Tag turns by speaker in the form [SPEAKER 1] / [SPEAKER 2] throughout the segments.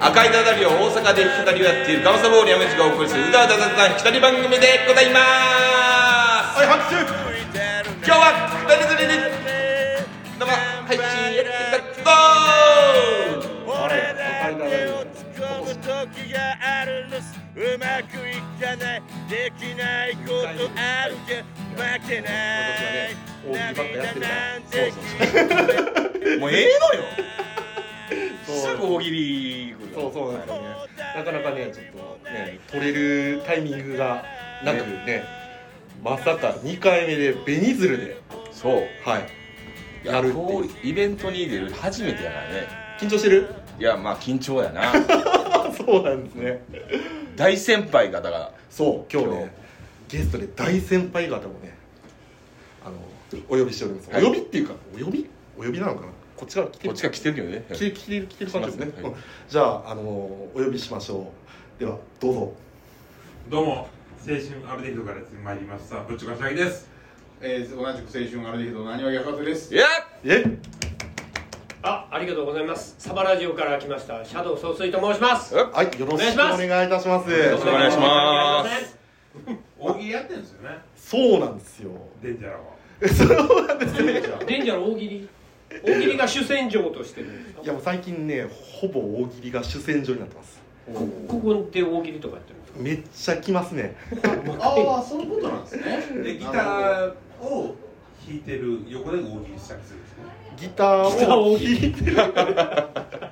[SPEAKER 1] 赤いダダリを大阪で弾き語りをやっているガマサボーリアムチがお送りするうだうだうだうだ弾き語り番組でございます
[SPEAKER 2] はい拍手
[SPEAKER 1] 今日は二人連れに生配信やっていきま
[SPEAKER 3] 俺だってを掴む時があるんですうまくいかないできないことあるけど負けない涙なんて
[SPEAKER 1] すもうええのよすぐ大喜利来る
[SPEAKER 2] そうそうなんだよねなかなかねちょっとね取れるタイミングがなくねまさか2回目で紅鶴で
[SPEAKER 1] そう
[SPEAKER 2] はい
[SPEAKER 1] いや
[SPEAKER 2] やるっていう
[SPEAKER 1] こうイベントに出るの初めてやからね
[SPEAKER 2] 緊張してる
[SPEAKER 1] いやまあ緊張や な
[SPEAKER 2] そうなんですね
[SPEAKER 1] 大先輩方が
[SPEAKER 2] そう今日ねゲストで大先輩方もねあのお呼びしております、
[SPEAKER 1] はい
[SPEAKER 2] お呼びっていうかお呼びお呼びなのかなこっちから来て
[SPEAKER 1] こっ
[SPEAKER 2] る
[SPEAKER 1] ちが来てるよね
[SPEAKER 2] 来て来てる来てる感じですね
[SPEAKER 1] 来てますねはい
[SPEAKER 2] うんじゃあ、あのお呼びしましょうではどうぞ
[SPEAKER 4] どうも青春アルデヒドからやってまいりましたぶっちょかしらぎです
[SPEAKER 5] えー、同じく青春アルデヒドのなにわやかとです。
[SPEAKER 1] いや
[SPEAKER 2] え
[SPEAKER 6] あ、ありがとうございます。サバラジオから来ました。シャドウ総帥と申します。
[SPEAKER 2] はいよろしくお
[SPEAKER 6] お願いします
[SPEAKER 2] 願いいたします
[SPEAKER 6] よ
[SPEAKER 1] ろしくお願いします
[SPEAKER 4] 大喜利やってるんですよね
[SPEAKER 2] そうなんですよ
[SPEAKER 4] デンジャラは
[SPEAKER 6] す。デンジャーの大喜利。大喜利が主戦場としてるんですか
[SPEAKER 2] い。やもう最近ねほぼ大喜利が主戦場になってます
[SPEAKER 6] こここで大喜利とかやってるんですか。
[SPEAKER 2] めっちゃ来ますね
[SPEAKER 5] ああ、そのことなんですね。
[SPEAKER 4] でギタ
[SPEAKER 5] な
[SPEAKER 4] ーを弾いてる横で大喜利したりするんですね
[SPEAKER 2] ギタ
[SPEAKER 6] ギター
[SPEAKER 2] ーを
[SPEAKER 6] 大
[SPEAKER 2] 弾
[SPEAKER 6] 喜
[SPEAKER 2] いてる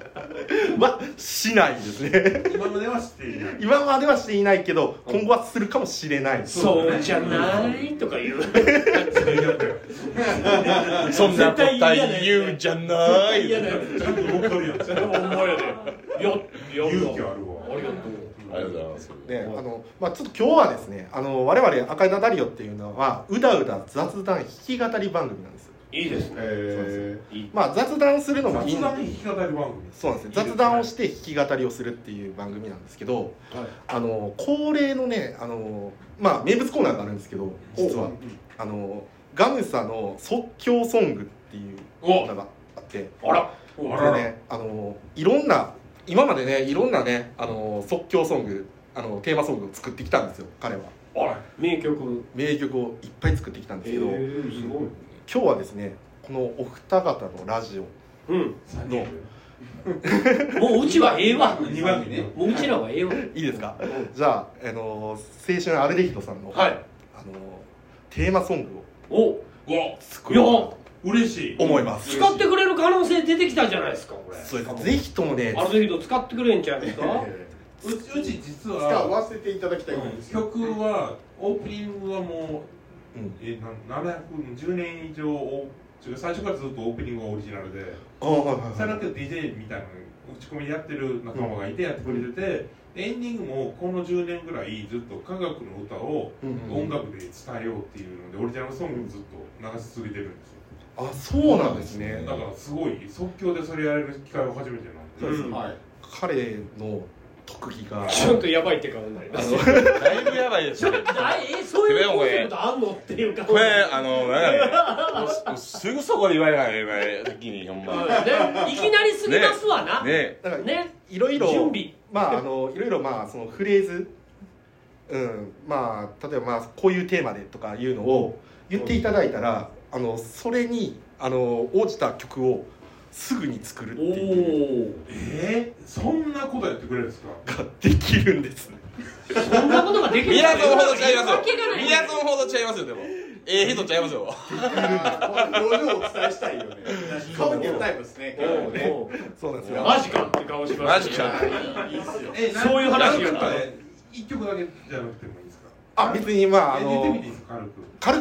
[SPEAKER 2] はしないですね
[SPEAKER 4] 今までは知っていない
[SPEAKER 2] 今まではしていないけど今後はするかもしれないです
[SPEAKER 6] そうじゃないとか言う。
[SPEAKER 1] そんなこと
[SPEAKER 6] 絶対嫌だよね
[SPEAKER 1] 言うじゃない
[SPEAKER 6] 嫌だよ。
[SPEAKER 4] ちゃんと動かるやん
[SPEAKER 6] それも思うよね。よ、よ
[SPEAKER 4] 勇気あるわ
[SPEAKER 6] ありがと
[SPEAKER 1] ありがとうございます
[SPEAKER 2] ね、あのまあ、ちょっと今日はですねあの我々赤いダダリオっていうのはうだうだ雑談弾き語り番組なんです、
[SPEAKER 6] う。いいですね。
[SPEAKER 5] え
[SPEAKER 2] まあ、雑談するのもいい
[SPEAKER 4] 雑談に弾き語り番組
[SPEAKER 2] そうなんですよ雑談をして弾き語りをするっていう番組なんですけど、
[SPEAKER 5] はい
[SPEAKER 2] あの恒例のねあの、まあ、名物コーナーがあるんですけど実はあのガムサの即興ソングっていうのがあって
[SPEAKER 6] あら。
[SPEAKER 4] あ
[SPEAKER 2] こ
[SPEAKER 4] ら
[SPEAKER 2] れ
[SPEAKER 4] ら
[SPEAKER 2] ねあのいろんな今までねいろんなねあの即興ソングあのテーマソングを作ってきたんですよ彼は
[SPEAKER 4] あ
[SPEAKER 6] 名曲。
[SPEAKER 2] 名曲をいっぱい作ってきたんですけど、
[SPEAKER 6] ーすごい。
[SPEAKER 2] 今日はですねこのお二方のラジオ
[SPEAKER 6] うん。
[SPEAKER 4] ら
[SPEAKER 2] どう
[SPEAKER 6] もううちはええわ。
[SPEAKER 4] 二番組ね
[SPEAKER 6] もううちらはええわ。
[SPEAKER 2] いいですかじゃあ、あの青春アルデヒドさんの、
[SPEAKER 6] はい。
[SPEAKER 2] あのテーマソングを
[SPEAKER 6] お、
[SPEAKER 4] わ
[SPEAKER 2] 作ろうかなと
[SPEAKER 4] 嬉しい
[SPEAKER 2] 思います
[SPEAKER 6] 使ってくれる可能性出てきたじゃないですか。これ。
[SPEAKER 2] そうですぜひともね
[SPEAKER 6] ある程度使ってくれんちゃうんですか
[SPEAKER 4] うちうち実
[SPEAKER 5] ー、使
[SPEAKER 4] は
[SPEAKER 5] わせていただきたいんですよ。
[SPEAKER 4] 曲はオープニングはもう、
[SPEAKER 2] うん
[SPEAKER 4] えな710年以上お違う最初からずっとオープニングがオリジナルで
[SPEAKER 2] あはいはいはい
[SPEAKER 4] さらく DJ みたいな打ち込みでやってる仲間がいてやってくれてて、エンディングもこの10年ぐらいずっと科学の歌を
[SPEAKER 2] うんうん
[SPEAKER 4] 音楽で伝えようっていうので、オリジナルソングをずっと流し続けてるんですよ
[SPEAKER 2] あそうなんですね
[SPEAKER 4] だからすごい即興でそれやれる機会は初めてなんで、
[SPEAKER 6] うん
[SPEAKER 5] はい。
[SPEAKER 2] 彼の特技が
[SPEAKER 6] ちょっとやばいって顔になりますよ
[SPEAKER 1] だいぶやばいです
[SPEAKER 6] ちょ
[SPEAKER 1] よ
[SPEAKER 6] っとあえそういうコンセプトあんのっていう顔
[SPEAKER 1] これあのなんだねすぐそこで言われない今先にほんま
[SPEAKER 6] うんねいきなりすぎますわなね
[SPEAKER 1] ね
[SPEAKER 2] だからいろいろ
[SPEAKER 6] 準備
[SPEAKER 2] まああのいろいろまあそのフレーズうんまあ例えばまあこういうテーマでとかいうのを言っていただいたらあのそれにあの応じた曲をすぐに作るって
[SPEAKER 6] お
[SPEAKER 2] いう
[SPEAKER 4] えー、そんなことやってくれるんですか
[SPEAKER 2] ができるんですね
[SPEAKER 6] おーそんなことができる
[SPEAKER 1] 宮園ほどちゃいます
[SPEAKER 6] わ
[SPEAKER 1] よ
[SPEAKER 6] けがない
[SPEAKER 1] 宮園ほどちゃいますよでもええ人ちゃいますよ
[SPEAKER 5] 表情をお伝えしたいよね。顔ゲタイプですね。
[SPEAKER 6] お
[SPEAKER 5] 結構
[SPEAKER 6] ー
[SPEAKER 5] ね。
[SPEAKER 6] おー
[SPEAKER 2] そうなんですよ
[SPEAKER 6] マジかって顔します
[SPEAKER 1] マジか
[SPEAKER 5] いいっすよ。
[SPEAKER 4] えな
[SPEAKER 6] そういう話
[SPEAKER 4] なん
[SPEAKER 6] や
[SPEAKER 4] か
[SPEAKER 6] った
[SPEAKER 4] 一曲だけじゃなくてもいいですか
[SPEAKER 2] あ別にまああ
[SPEAKER 4] え言ってみ
[SPEAKER 2] の
[SPEAKER 4] ていいですか軽く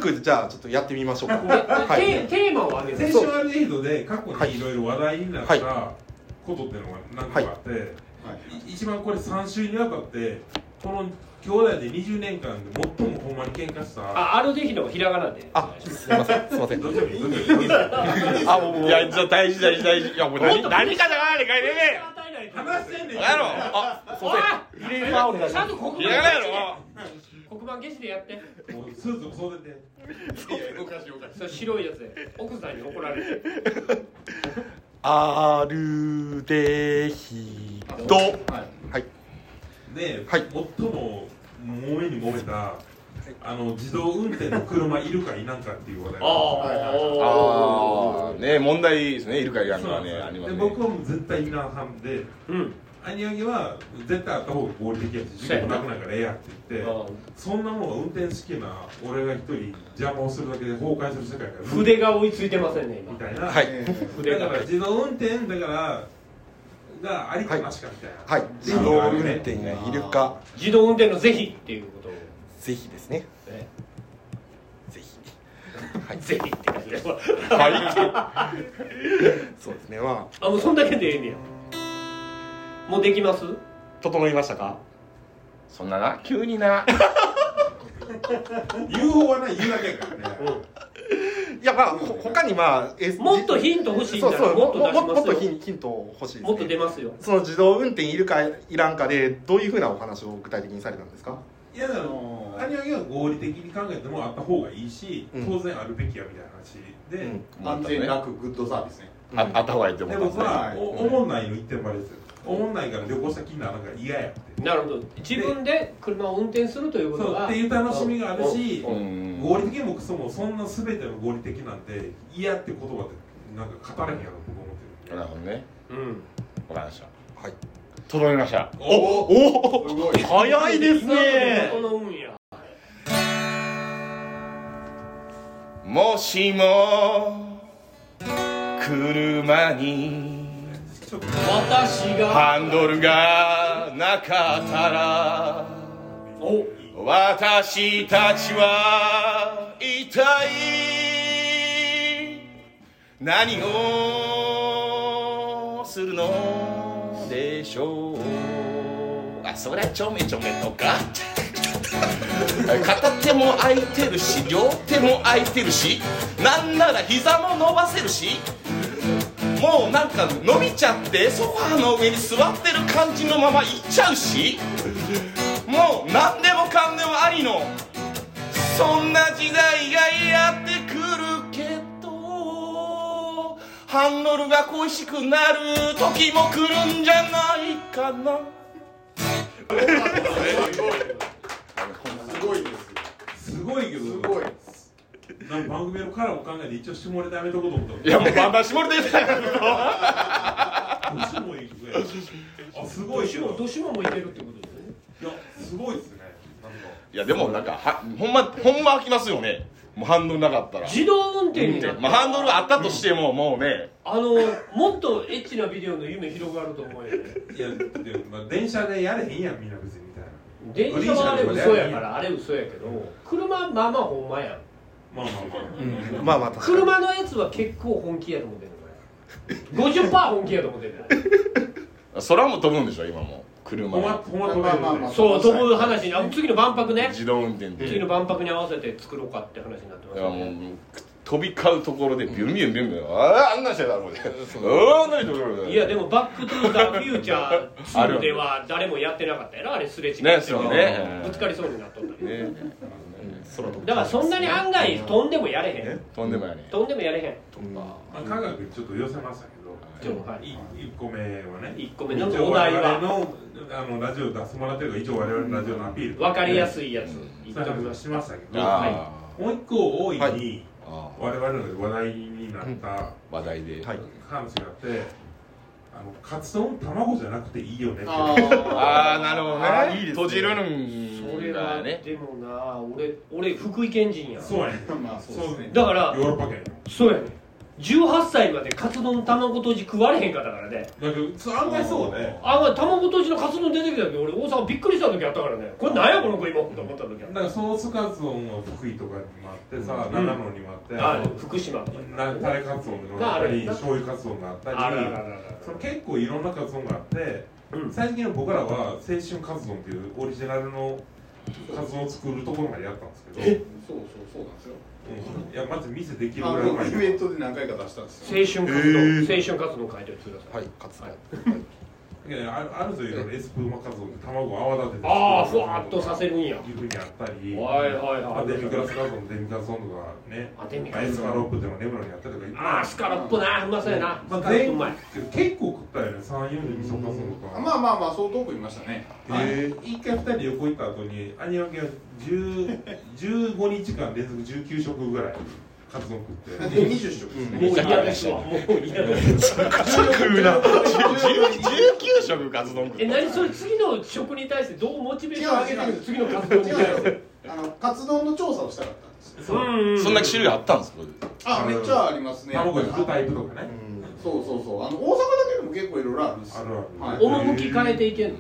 [SPEAKER 2] 軽くじゃあちょっとやってみましょうかは
[SPEAKER 6] テ
[SPEAKER 2] い
[SPEAKER 6] テーマをあげて
[SPEAKER 4] 先週アルデヒドで過去にいろいろ話題になっ
[SPEAKER 2] はい
[SPEAKER 4] たことっていうのが何個かあって、い一番これ3週にわたってこの兄弟で20年間で最もほんまに喧嘩した
[SPEAKER 6] あアルデヒドがひらがなで
[SPEAKER 2] あすいませんすいません
[SPEAKER 4] どうしてもいいどうしてもいい
[SPEAKER 2] あもう
[SPEAKER 1] い
[SPEAKER 2] も
[SPEAKER 1] うやじゃ大事大事大事いやもう何何かじゃないで書いてね
[SPEAKER 6] 与えないから
[SPEAKER 4] 話してんねん
[SPEAKER 1] えやろあ
[SPEAKER 6] おい
[SPEAKER 2] 入れるなお願いし
[SPEAKER 6] ち
[SPEAKER 2] ま
[SPEAKER 6] ゃん
[SPEAKER 2] す
[SPEAKER 6] と黒板
[SPEAKER 1] いらないやろ
[SPEAKER 6] 黒板消しでやって
[SPEAKER 4] もうスーツも袖で
[SPEAKER 5] いやおかしいおかしい。
[SPEAKER 6] そう白いやつで奥さんに怒られて
[SPEAKER 2] アルデヒド
[SPEAKER 5] はい
[SPEAKER 2] はい
[SPEAKER 4] で、
[SPEAKER 2] はい
[SPEAKER 4] 最も揉めに揉めたあの自動運転の車いるかいなんかっていう話題
[SPEAKER 6] あ
[SPEAKER 1] あ
[SPEAKER 6] あ
[SPEAKER 1] あね問題ですねいるかいらん
[SPEAKER 4] そ
[SPEAKER 1] か
[SPEAKER 4] うな
[SPEAKER 1] は
[SPEAKER 4] んで
[SPEAKER 1] ねありま
[SPEAKER 4] すよです
[SPEAKER 1] ね
[SPEAKER 4] 僕はもう絶対いらんはんで
[SPEAKER 6] うん
[SPEAKER 4] アニアゲは絶対あった方が合理的やし事故もなくないからええやって言ってそんなもんが運転好きな俺が一人邪魔をするだけで崩壊する世界から
[SPEAKER 6] 筆が追いついてませんね今
[SPEAKER 4] みたいな、
[SPEAKER 2] はい
[SPEAKER 5] えー
[SPEAKER 6] 筆
[SPEAKER 4] だか
[SPEAKER 6] が
[SPEAKER 4] ら自動運転だからがありかなしかみたいな、
[SPEAKER 2] はい自動運転がいるか
[SPEAKER 6] 自動運転の是非っていうことを
[SPEAKER 2] ぜひですね
[SPEAKER 6] ね
[SPEAKER 2] ぜひ
[SPEAKER 6] 是非って感じで
[SPEAKER 2] そうですねま
[SPEAKER 6] あもうそんだけでええねやもうできます
[SPEAKER 2] あ整いましたか
[SPEAKER 1] そんなな急にな
[SPEAKER 4] 言う方はない言うだけやからね
[SPEAKER 2] いやまあほ他にまあえ
[SPEAKER 6] もっとヒント欲しい
[SPEAKER 2] そ
[SPEAKER 6] な
[SPEAKER 2] う
[SPEAKER 6] ら
[SPEAKER 2] そう
[SPEAKER 6] も
[SPEAKER 2] も
[SPEAKER 6] っ
[SPEAKER 2] っ
[SPEAKER 6] と
[SPEAKER 2] ともっと
[SPEAKER 6] 出しますよ
[SPEAKER 2] ヒンヒント欲しいです、ね、
[SPEAKER 6] もっと出ますよ
[SPEAKER 2] その自動運転いるかいらんかでどういうふうなお話を具体的にされたんですか
[SPEAKER 4] いやだからアニアゲは合理的に考えてもあった方がいいし、
[SPEAKER 2] うん
[SPEAKER 4] 当然あるべきやみたいな話で、
[SPEAKER 2] うん
[SPEAKER 5] 安全なくグッドサービスね
[SPEAKER 1] ああった方がいいと思
[SPEAKER 4] で
[SPEAKER 1] ったん
[SPEAKER 4] も
[SPEAKER 1] ですね
[SPEAKER 4] さ、
[SPEAKER 5] はい
[SPEAKER 4] おおもんないの一点までですよおもんないから旅行先にななんか嫌やって
[SPEAKER 6] なるほど自分で車を運転するというこ
[SPEAKER 4] そ
[SPEAKER 6] と
[SPEAKER 4] う
[SPEAKER 6] が
[SPEAKER 4] っていう楽しみがあるし
[SPEAKER 1] う
[SPEAKER 4] 合
[SPEAKER 1] ん
[SPEAKER 4] 理的にもクソもそんな全ての合理的なんて嫌って言葉でなんか語れへんやろ僕思って
[SPEAKER 1] な
[SPEAKER 4] るん
[SPEAKER 1] る
[SPEAKER 4] で
[SPEAKER 1] ほどね
[SPEAKER 6] うん
[SPEAKER 1] わかりました
[SPEAKER 2] はい
[SPEAKER 1] 整いました
[SPEAKER 4] おお
[SPEAKER 2] お
[SPEAKER 5] すごい
[SPEAKER 2] 早いですね
[SPEAKER 6] この運や
[SPEAKER 1] もしも車に
[SPEAKER 4] ちょっと
[SPEAKER 6] 私が
[SPEAKER 1] ハンドルがなかったら
[SPEAKER 6] お
[SPEAKER 1] 私たちは一体何をするのでしょうあそりゃちょめちょめとか片手も空いてるし両手も空いてるしなんなら膝も伸ばせるしもうなんか伸びちゃってソファーの上に座ってる感じのまま行っちゃうしもう何でもかんでもありのそんな時代がやってくるけどハンドルが恋しくなる時も来るんじゃないかな
[SPEAKER 5] すごいです
[SPEAKER 4] すごいけど
[SPEAKER 5] すごい
[SPEAKER 4] なんか番組のカラーを考えて一応下ネタやめとこうと思ったもん
[SPEAKER 1] いやもうバンバン絞れてる
[SPEAKER 4] どっちもいい曲やあすごいけど
[SPEAKER 6] どしももいけるってことですね
[SPEAKER 4] いやすごいですねなんか
[SPEAKER 1] いやでもなんかはほんまほんま飽きますよねもうハンドルなかったら
[SPEAKER 6] 自動運転になって
[SPEAKER 1] まあ、ハンドルあったとしても、もうね
[SPEAKER 6] あのもっとエッチなビデオの夢広がると思うよね
[SPEAKER 4] いや、でもまあ、電車でやれへんやん、みんな別にみたいな。
[SPEAKER 6] 電車はあれ嘘やからあれ嘘やけど車まあまあほんまやん
[SPEAKER 4] まあまあまあ。
[SPEAKER 2] まあまあ確かに
[SPEAKER 6] 車のやつは結構本気やと思ってんの50%本気やと思ってんの
[SPEAKER 1] 空も飛ぶんでしょ今も車
[SPEAKER 4] ほんま、
[SPEAKER 1] は
[SPEAKER 4] ほんま飛ば
[SPEAKER 5] まあまあま
[SPEAKER 4] ま
[SPEAKER 5] あ
[SPEAKER 6] そう飛ぶ話にあ次の万博ね
[SPEAKER 1] 自動運転で
[SPEAKER 6] 次の万博に合わせて作ろうかって話になってま
[SPEAKER 1] い
[SPEAKER 6] す
[SPEAKER 1] や
[SPEAKER 6] よ
[SPEAKER 1] もう
[SPEAKER 6] ね
[SPEAKER 1] 飛び交うところでビュンビュンビュンビュンあーあんなんしてたもんねあんなんしてたもんね
[SPEAKER 6] いやでも「バック・トゥ・ザ・フューチャー2」では誰もやってなかったやろあれすれ違って
[SPEAKER 1] ねそうね
[SPEAKER 6] ぶつかりそうになっとったり
[SPEAKER 1] ね
[SPEAKER 2] 空飛ぶ
[SPEAKER 6] だからそんなに案外飛んでもやれへん
[SPEAKER 1] とんでもやね
[SPEAKER 6] 飛んでもやれへん
[SPEAKER 4] あ、科学にちょっと寄せましたけど。
[SPEAKER 6] ちょっとはい
[SPEAKER 4] い一個目はね。
[SPEAKER 6] 1個目の
[SPEAKER 4] 一応
[SPEAKER 6] お題
[SPEAKER 4] 我々
[SPEAKER 6] は
[SPEAKER 4] の、あの、ラジオ出してもらってるから、一応我々のラジオのアピール。
[SPEAKER 6] 分かりや
[SPEAKER 4] い。
[SPEAKER 6] すいやついっ
[SPEAKER 4] そうい
[SPEAKER 6] と
[SPEAKER 4] う話
[SPEAKER 6] きま
[SPEAKER 4] は
[SPEAKER 6] し
[SPEAKER 4] しましたけど。
[SPEAKER 1] あ
[SPEAKER 4] もう一個大い
[SPEAKER 2] は
[SPEAKER 4] に、
[SPEAKER 1] ーあ
[SPEAKER 4] 我々の話題になった
[SPEAKER 1] ー話題で、
[SPEAKER 2] はい
[SPEAKER 4] 話があって。あの、カツ丼卵じゃなくていいよねって。
[SPEAKER 5] あ
[SPEAKER 1] ああなるほどね
[SPEAKER 2] あーいいですね
[SPEAKER 1] 閉じる
[SPEAKER 6] そ
[SPEAKER 1] ん
[SPEAKER 6] れ
[SPEAKER 1] が
[SPEAKER 6] は
[SPEAKER 1] ね
[SPEAKER 6] でもな俺俺福井県人やん
[SPEAKER 4] そうやね。
[SPEAKER 5] ーまあそうですね
[SPEAKER 6] だから
[SPEAKER 4] ヨーロッパ圏の。
[SPEAKER 6] そうやね18歳までカツ丼卵とじ食われへんかったからね
[SPEAKER 4] なんか、そう案外そうね。
[SPEAKER 6] あまあ卵とじのカツ丼出てきた時俺大阪びっくりした時あったからねこれなんやこの子今と思った時あっ
[SPEAKER 4] なんかそのスカツオンは福井とかにもあってさ、
[SPEAKER 6] ん
[SPEAKER 4] 長野にもあって、
[SPEAKER 6] たあ
[SPEAKER 4] あの
[SPEAKER 6] 福島とかに
[SPEAKER 4] なタレカツオンがあったり、醤油カツオンがあったり、
[SPEAKER 6] あらららら
[SPEAKER 4] その結構いろんなカツオンがあって、
[SPEAKER 6] うん
[SPEAKER 4] 最近の僕らは青春カツオンっていうオリジナルのカツオンを作るところまでやったんですけど、
[SPEAKER 5] そうそうそうなんですよ
[SPEAKER 4] うんいやマジ店できるぐ
[SPEAKER 5] あ
[SPEAKER 4] らいうま
[SPEAKER 5] の
[SPEAKER 4] い
[SPEAKER 5] イベントで何回か出したんですよ
[SPEAKER 6] 青春活動、青春活動書いておいてくださ
[SPEAKER 2] は
[SPEAKER 6] い
[SPEAKER 2] いかつて
[SPEAKER 6] は
[SPEAKER 4] けどねあるあるというのエスプーマカツオで卵を泡立てて
[SPEAKER 6] ああふわっとさせるんや
[SPEAKER 4] いうふうにやったり
[SPEAKER 6] はいはい
[SPEAKER 4] まあ、デミグラ
[SPEAKER 6] は
[SPEAKER 4] スカツオのデミグラスソンとかね
[SPEAKER 6] あデミグ
[SPEAKER 4] ま
[SPEAKER 6] ラ
[SPEAKER 4] あ
[SPEAKER 6] ス
[SPEAKER 4] エスカロップっていうのをレブロンにやったりとか
[SPEAKER 6] いああスカラップなうまそうやな
[SPEAKER 4] ま
[SPEAKER 6] ス
[SPEAKER 4] あ
[SPEAKER 6] カラップうまい
[SPEAKER 4] 結構食ったよね34で味噌カツオとか
[SPEAKER 5] まあまあまあそう遠く見ましたね
[SPEAKER 4] はい一回二人で旅行行った後にアニマケが10 15日間連続19食ぐらいカツ丼食って
[SPEAKER 5] で20食です
[SPEAKER 6] もう
[SPEAKER 5] ね
[SPEAKER 6] 嫌ですわもう嫌ですわ
[SPEAKER 1] 食うな19食カツ丼食
[SPEAKER 6] え
[SPEAKER 1] う
[SPEAKER 6] 何それ次の職に対してどうモチベーション上げてるの次の活動み
[SPEAKER 5] 違
[SPEAKER 6] た
[SPEAKER 5] う
[SPEAKER 6] いな
[SPEAKER 5] んですよあのカツ丼の調査をしたかったんですよ
[SPEAKER 6] う
[SPEAKER 1] そんな種類あったんですか
[SPEAKER 5] あめっちゃありますね
[SPEAKER 4] 卵焼くタイプとかね
[SPEAKER 5] そうそうそうあの大阪だけでも結構いろいろあるんですよ
[SPEAKER 4] あるある
[SPEAKER 6] 趣変えていけんの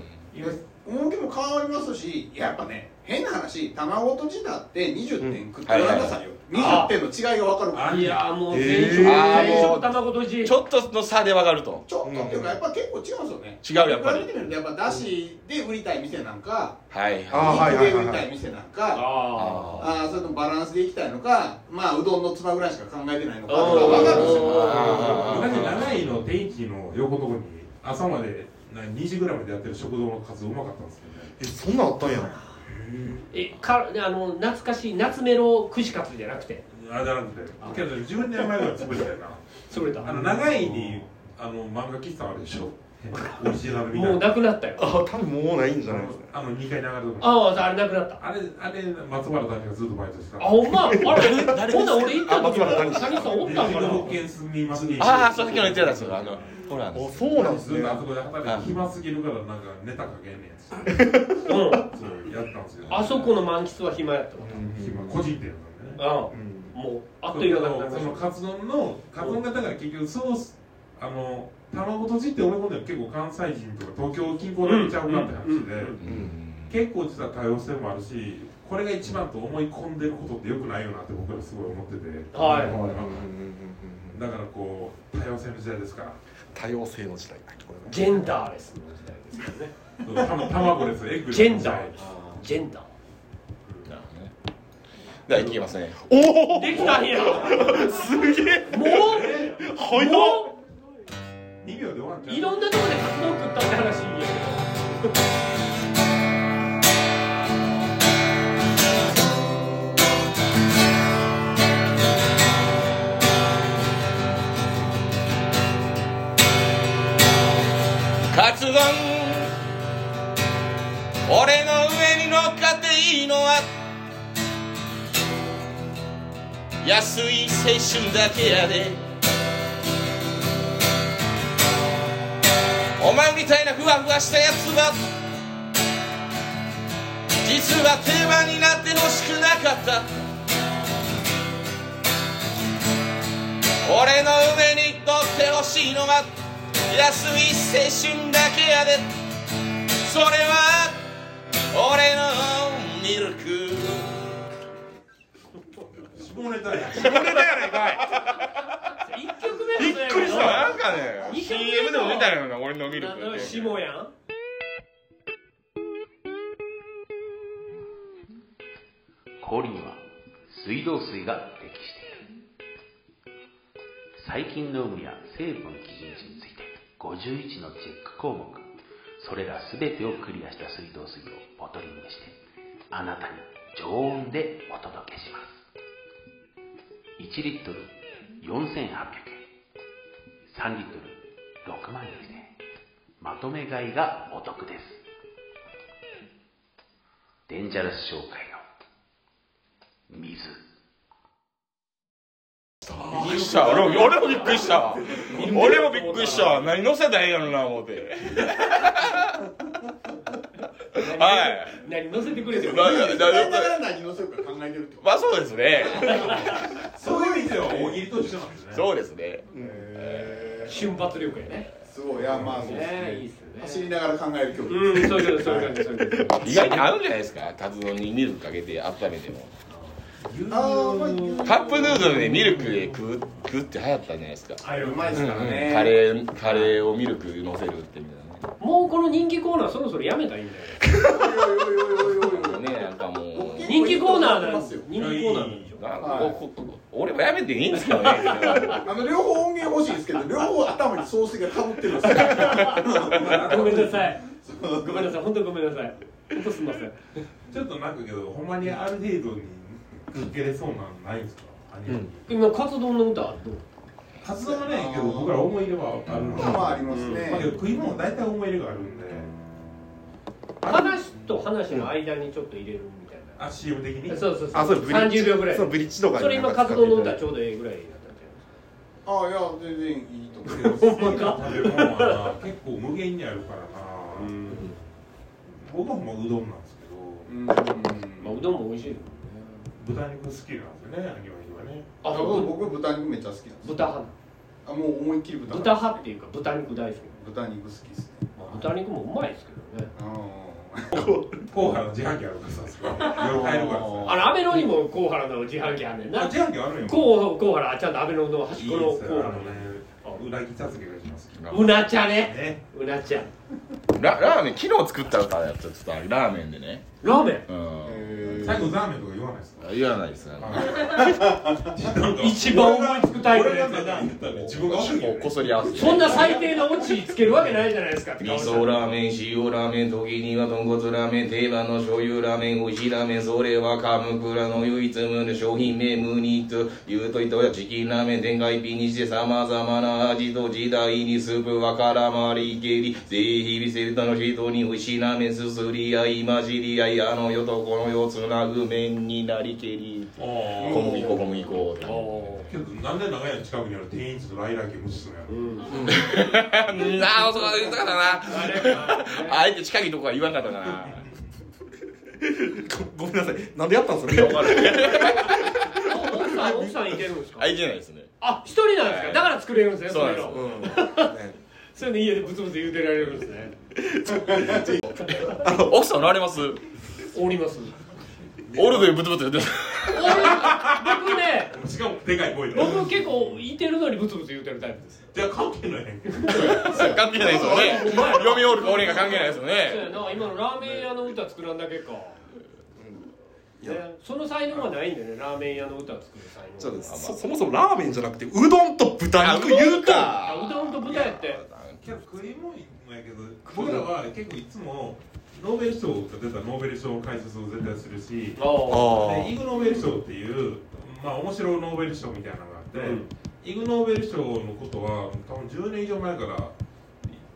[SPEAKER 5] 趣も変わりますしやっぱね変な話卵とじだって20点食ってごらんなさ
[SPEAKER 6] はい
[SPEAKER 5] いよ、
[SPEAKER 6] はい
[SPEAKER 5] 20点の違いが分かるから
[SPEAKER 6] いやーもう全
[SPEAKER 2] え
[SPEAKER 6] 食
[SPEAKER 1] ー
[SPEAKER 6] 全食卵とじ
[SPEAKER 1] ちょっとの差で分かると
[SPEAKER 5] ちょっとっていうかやっぱ結構違うんですよね
[SPEAKER 1] 違うやっぱり
[SPEAKER 5] 比べてみるとやっぱだしで売りたい店なんか
[SPEAKER 1] はい
[SPEAKER 2] あ
[SPEAKER 1] は
[SPEAKER 2] ーはいは
[SPEAKER 5] 肉で
[SPEAKER 2] いはい
[SPEAKER 5] 売り
[SPEAKER 2] はい
[SPEAKER 5] たい店なん
[SPEAKER 6] あ
[SPEAKER 5] か
[SPEAKER 1] あ
[SPEAKER 5] あーそれともバランスでいきたいのかまあうどんのつまぐらいしか考えてないのかとか
[SPEAKER 6] あー
[SPEAKER 5] 分かるんですよ
[SPEAKER 1] あ
[SPEAKER 4] 昔7位の天一の横のとこに朝までな2時ぐらいまでやってる食堂のカツ丼うまかったんですけどね
[SPEAKER 2] えそんなんあったんや
[SPEAKER 6] ーえかあの懐かしい夏メロ串カツじゃなくて
[SPEAKER 4] あれじゃなくてけど10年前ぐらい潰れたよな
[SPEAKER 6] それだ
[SPEAKER 4] あの長いにあの漫画喫茶あるでしょオリジナルみたい
[SPEAKER 6] も
[SPEAKER 4] うな
[SPEAKER 6] なくなったよ
[SPEAKER 2] あ多分もうないんじゃないですか
[SPEAKER 4] あの2階に上がるとこに
[SPEAKER 6] あああれなくなった
[SPEAKER 4] あれあれ松原谷がずっとバイトしてた
[SPEAKER 6] あほんま あれほんなら俺行った
[SPEAKER 2] あ
[SPEAKER 6] 時
[SPEAKER 2] 松原谷
[SPEAKER 6] さんおった
[SPEAKER 4] で
[SPEAKER 6] ん
[SPEAKER 4] 兵
[SPEAKER 6] かな
[SPEAKER 4] 庫県住みます
[SPEAKER 1] ーああそうさっきの言ってたやつあのほら
[SPEAKER 2] あそうなんです
[SPEAKER 4] ずっ
[SPEAKER 2] ね
[SPEAKER 4] とあそこで働いて暇すぎるからなんかネタかけんねんや
[SPEAKER 6] うん
[SPEAKER 4] つそうやったんですよ
[SPEAKER 6] あそこの満喫は暇やったわ
[SPEAKER 4] 暇個人店なんでね
[SPEAKER 2] う
[SPEAKER 6] あ
[SPEAKER 2] ん
[SPEAKER 6] あもうあっという間だっ
[SPEAKER 4] そ
[SPEAKER 6] た
[SPEAKER 4] のカツ丼のカツ丼がだから結局ソースあの卵とじって俺もね結構関西人とか東京近郊だけちゃうかって話で、
[SPEAKER 6] うんうんうん
[SPEAKER 1] うん
[SPEAKER 4] 結構実は多様性もあるしこれが一番と思い込んでることってよくないよなって僕らすごい思ってて
[SPEAKER 6] はい
[SPEAKER 2] うんうんうんうん
[SPEAKER 4] だからこう多様性の時代ですから
[SPEAKER 2] 多様性の時代
[SPEAKER 6] ジェンダーレスの時代ですからね
[SPEAKER 4] そうた卵ですエッグです
[SPEAKER 6] ジェンダージェンダ
[SPEAKER 1] なるほどねではいきますね
[SPEAKER 2] お
[SPEAKER 6] ーできたんや
[SPEAKER 2] おすげえ
[SPEAKER 6] もう
[SPEAKER 2] 早っ
[SPEAKER 6] も
[SPEAKER 4] 2秒で終わっ
[SPEAKER 6] う
[SPEAKER 4] ちゃう
[SPEAKER 6] いろんなとこでカツ丼食ったって話いいんや
[SPEAKER 1] カツ丼俺の上に乗っかっていいのは安い青春だけやでお前みたいなふわふわしたやつは実は定番になってほしくなかった俺の上に乗ってほしいのは安い青春だけやでそれは俺のミルク
[SPEAKER 4] 下ネタや
[SPEAKER 6] けど一曲目び
[SPEAKER 1] ん
[SPEAKER 6] っく
[SPEAKER 1] かね
[SPEAKER 6] CM でも出た
[SPEAKER 1] よな俺のミ
[SPEAKER 6] シモやん
[SPEAKER 7] 氷には水道水が適している細菌の有無や成分基準値について51のチェック項目それら全てをクリアした水道水をボトリングしてあなたに常温でお届けします1リットル4800円3リットル6万円まとめ買いがお得ですデンジャラス商会の水
[SPEAKER 1] びっくりした俺も俺もびっくりしたわ俺もびっくりしたわ何乗せたらええんやろな思うてはい
[SPEAKER 6] 何乗せてくれてる
[SPEAKER 1] なな
[SPEAKER 5] 使いなが
[SPEAKER 1] な
[SPEAKER 5] ら何乗せるか考えてるってこ
[SPEAKER 1] まあそうですね
[SPEAKER 4] そういう意味では大喜利と一緒なんですね
[SPEAKER 1] そうですね
[SPEAKER 6] 瞬発力やね
[SPEAKER 5] とすごいいやまあそうです
[SPEAKER 6] ねいい
[SPEAKER 5] ね
[SPEAKER 6] っすよね
[SPEAKER 5] 走りながら考える曲
[SPEAKER 6] うんそういうことそういう感じそういうこと
[SPEAKER 1] 意外に合うんじゃないですかカツ丼にミルクかけて温めても
[SPEAKER 5] あーまあ牛乳
[SPEAKER 1] カップヌードルでミルクで食う食うって流行ったじゃないですか
[SPEAKER 5] あれうまいですからね、
[SPEAKER 1] カレーカレーをミルク乗せるってみたいなね
[SPEAKER 6] もうこの人気コーナーそろそろやめたらいいんだよ
[SPEAKER 1] ねなんかもう
[SPEAKER 5] 僕
[SPEAKER 6] 人気コーナー
[SPEAKER 5] い
[SPEAKER 6] だ
[SPEAKER 5] いと思いま
[SPEAKER 6] 人
[SPEAKER 5] す
[SPEAKER 6] 気
[SPEAKER 5] よ
[SPEAKER 6] コーナーなんでしょ
[SPEAKER 1] な
[SPEAKER 5] はい
[SPEAKER 1] こここ俺もやめていいんですかね
[SPEAKER 5] あの両方音源欲しいんですけど両方頭に総帥がかぶってるんですよ
[SPEAKER 4] な
[SPEAKER 6] ごめんなさい ごめんなさい本当にごめんなさい本当すみません
[SPEAKER 4] ちょっとなんかけどほんまにある程度にかけれそうなのないんですかアニメに
[SPEAKER 6] 今カツ丼の歌あるの
[SPEAKER 4] 活動はねけど僕ら思い入れはあるんで
[SPEAKER 5] まあまあありますね
[SPEAKER 4] まあけど食い物大体思い入れがあるんで
[SPEAKER 6] 話と話の間にちょっと入れるみたいな、
[SPEAKER 4] あ CM 的に
[SPEAKER 6] そうそう
[SPEAKER 2] あ
[SPEAKER 6] そ
[SPEAKER 2] そうれブリッジ
[SPEAKER 6] 30秒ぐらい
[SPEAKER 2] そうブリッジとかに
[SPEAKER 6] それ今
[SPEAKER 2] なん
[SPEAKER 6] カ
[SPEAKER 2] か
[SPEAKER 6] ツ
[SPEAKER 2] 使っ
[SPEAKER 6] 丼
[SPEAKER 2] てい
[SPEAKER 6] の
[SPEAKER 2] ただい
[SPEAKER 6] 歌
[SPEAKER 2] て
[SPEAKER 6] ちょうどええぐらいになったんじゃないですか
[SPEAKER 5] ああいや全然いいと思う
[SPEAKER 4] ほんまか食べるもんはな結構無限にあるからな僕はもううどんなんですけど
[SPEAKER 5] うん
[SPEAKER 6] まあ、うどんも美味しいです
[SPEAKER 4] 豚肉好きなんですよねアニメにはね
[SPEAKER 5] あ
[SPEAKER 6] あ
[SPEAKER 5] 僕
[SPEAKER 6] ぶ
[SPEAKER 5] 僕豚肉めっちゃ好きなんです
[SPEAKER 6] 豚派
[SPEAKER 5] あもう思いっきり豚
[SPEAKER 6] 豚派っていうか豚肉大好き、
[SPEAKER 5] 豚肉好きですね
[SPEAKER 6] まあ、豚肉もうまいですけどね
[SPEAKER 5] あ
[SPEAKER 4] 後派の自販機あるからさすが夜 帰るからさ
[SPEAKER 6] あの雨のにも高原の自販機あんねん
[SPEAKER 4] あ
[SPEAKER 6] な
[SPEAKER 4] 自販機あるんよ
[SPEAKER 6] 高高原あちゃんと雨のうどん端っこの
[SPEAKER 4] いいです
[SPEAKER 6] 高
[SPEAKER 4] よあの
[SPEAKER 6] 原
[SPEAKER 4] ね裏切茶漬けが一番好
[SPEAKER 6] うな茶
[SPEAKER 4] き
[SPEAKER 6] ね
[SPEAKER 4] ね
[SPEAKER 6] うな茶
[SPEAKER 1] ララーメン昨日作った歌やったちょっとラーメンでね
[SPEAKER 6] ラーメン
[SPEAKER 1] うん
[SPEAKER 4] 最後ザーメンとか言わないですか
[SPEAKER 1] 言わないですね
[SPEAKER 6] 一番思いつくタイプの
[SPEAKER 4] 俺
[SPEAKER 6] や
[SPEAKER 4] が
[SPEAKER 6] つ
[SPEAKER 4] 俺が何言ったら自分が悪いよ
[SPEAKER 1] こうこそり合わせて
[SPEAKER 6] そんな最低なオチつけるわけないじゃないですかって
[SPEAKER 1] 味
[SPEAKER 6] 顔した
[SPEAKER 1] 噌ラーメン、塩ラーメン、時には豚骨ラーメン、定番の醤油ラーメン、美味しいラーメン、それはカムクラの唯一無二商品名無二と言うといたやチキンラーメン、天外ピにして様々な味と時代にスープは絡まりけり、ぜひ店の人に美味しいラーメンすすり合い、混じり合い、あの世とこの世をつなぐ麺になりけり。小麦粉、小麦粉。
[SPEAKER 4] けどなんで長屋の近くにある店員室のライラー系無視するのやろ
[SPEAKER 1] なあ、そう言ったからな。
[SPEAKER 6] あれは
[SPEAKER 1] あえて近いとこは言わんかったかな。
[SPEAKER 2] ごめんなさいなんでやったんですかね
[SPEAKER 6] 奥さん奥さんいてるんですか
[SPEAKER 1] あ、いけないですね。
[SPEAKER 6] あ一人なんですかだから作れるんですね
[SPEAKER 1] そうなんです
[SPEAKER 6] の
[SPEAKER 2] うんね
[SPEAKER 6] そういうの家でブツブツ言うてられるんですね
[SPEAKER 1] 奥さんおられます
[SPEAKER 6] おります
[SPEAKER 1] オルでブツブツ言って
[SPEAKER 6] 俺僕ね
[SPEAKER 4] しかもでかい声で
[SPEAKER 6] 僕結構いてるのにブツブツ言うてるタイプです
[SPEAKER 4] じゃあ関係ないやんけ
[SPEAKER 1] た関係ないですよね読みおるか俺が関係ないですよ
[SPEAKER 6] そうや
[SPEAKER 1] ね
[SPEAKER 6] な今のラーメン屋の歌作らんだけか、ね、その才能はないんだよねラーメン屋の歌作る才能
[SPEAKER 2] ちょっとそそもそもラーメンじゃなくてうどんと豚肉言うか
[SPEAKER 6] あうどんと豚やって
[SPEAKER 4] けど食い物やけど僕らは結構いつもノーベル賞が出たらノーベル賞解説を絶対するし
[SPEAKER 6] ああ
[SPEAKER 2] あ
[SPEAKER 4] でイグ・ノーベル賞っていうまあ面白いノーベル賞みたいなのがあって、イグ・ノーベル賞のことは多分10年以上前から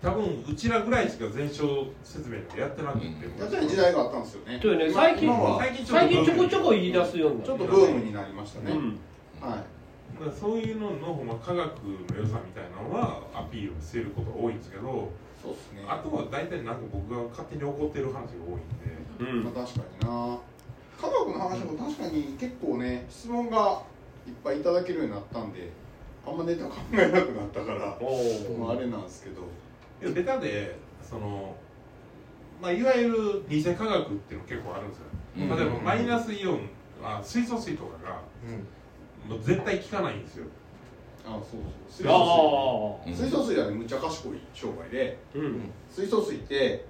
[SPEAKER 4] 多分うちらぐらいしか全賞説明なんてやってなくて、
[SPEAKER 5] あ確かに時代があったんですよね
[SPEAKER 6] そうよね最近
[SPEAKER 5] 今は
[SPEAKER 4] 最近
[SPEAKER 6] 最近ちょこちょこ
[SPEAKER 4] い
[SPEAKER 6] 言い出すようにな
[SPEAKER 5] ちょ
[SPEAKER 6] っ
[SPEAKER 5] ってとブームになりましたね、
[SPEAKER 6] うん
[SPEAKER 5] はい
[SPEAKER 4] まあ、そういうのの、まあ、科学の良さみたいなのはアピールすることが多いんですけど
[SPEAKER 5] そうですね
[SPEAKER 4] あとは大体なんか僕が勝手に怒ってる話が多いんで
[SPEAKER 5] まあ、確かにな科学の話も確かに結構ね質問がいっぱいいただけるようになったんであんまネタ考えなくなったから、
[SPEAKER 6] おー
[SPEAKER 5] まあ、あれなんですけど
[SPEAKER 4] でベタでその、まあ、いわゆる偽科学っていうの結構あるんですよ、
[SPEAKER 1] うん
[SPEAKER 4] 例えばマイナスイオンあ水素水とかが、もう絶対効かないんですよ
[SPEAKER 5] あそうそう水
[SPEAKER 6] あ
[SPEAKER 5] 素
[SPEAKER 6] あ
[SPEAKER 1] ー
[SPEAKER 5] 水水素水はねむっちゃ賢い商売で
[SPEAKER 6] うん
[SPEAKER 5] 水素水って、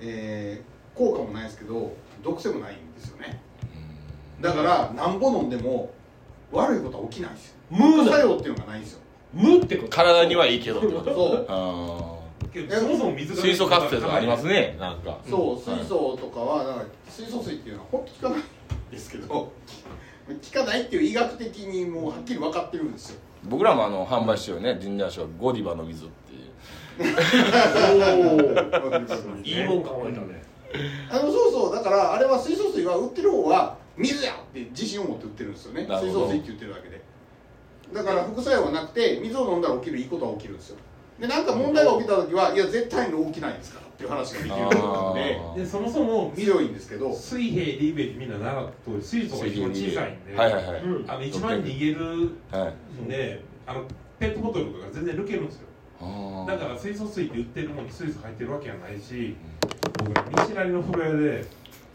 [SPEAKER 5] えー効果もないですけど毒性もないんですよねだからなんぼ飲んでも悪いことは起きないんですよ
[SPEAKER 6] 無
[SPEAKER 5] 副
[SPEAKER 6] な
[SPEAKER 5] 作用っていうのがないんですよ
[SPEAKER 6] 無ってこと
[SPEAKER 1] 体にはいいけどってこと
[SPEAKER 5] そう
[SPEAKER 1] あ
[SPEAKER 4] けどそもそも水
[SPEAKER 1] ー
[SPEAKER 4] が
[SPEAKER 1] 水素カプセルとかありますねなんか
[SPEAKER 5] そう、
[SPEAKER 1] はい
[SPEAKER 5] 水素とかはだから水素水っていうのは本当効かないんですけど効かないっていう医学的にもうはっきり分かってるんですよ
[SPEAKER 1] 僕らもあの販売してるねジンジャーショーゴディバの水っていう
[SPEAKER 6] いいもん考えたね
[SPEAKER 5] あのそうそうだからあれは水素水は売ってる方は水やって自信を持って売ってるんですよね
[SPEAKER 1] なるほ
[SPEAKER 5] 水
[SPEAKER 1] ど
[SPEAKER 5] 素水って言ってるだけでだから副作用はなくて水を飲んだら起きるいいことは起きるんですよでなんか問題が起きた時はいや絶対に起きないんですからっていう話ができるようになって
[SPEAKER 1] あ
[SPEAKER 4] でそもそも水
[SPEAKER 5] 強いんですけど
[SPEAKER 4] 水平リーベリみんな習った通り水素が一番小さいんで、
[SPEAKER 1] はいはいはい
[SPEAKER 6] うん
[SPEAKER 4] あの一番逃げる
[SPEAKER 1] はい
[SPEAKER 4] んであのペットボトルとかが全然抜けるんですよ
[SPEAKER 1] あー
[SPEAKER 4] だから水素水って売ってるものに水素入ってるわけはないし僕見知らぬの風呂屋で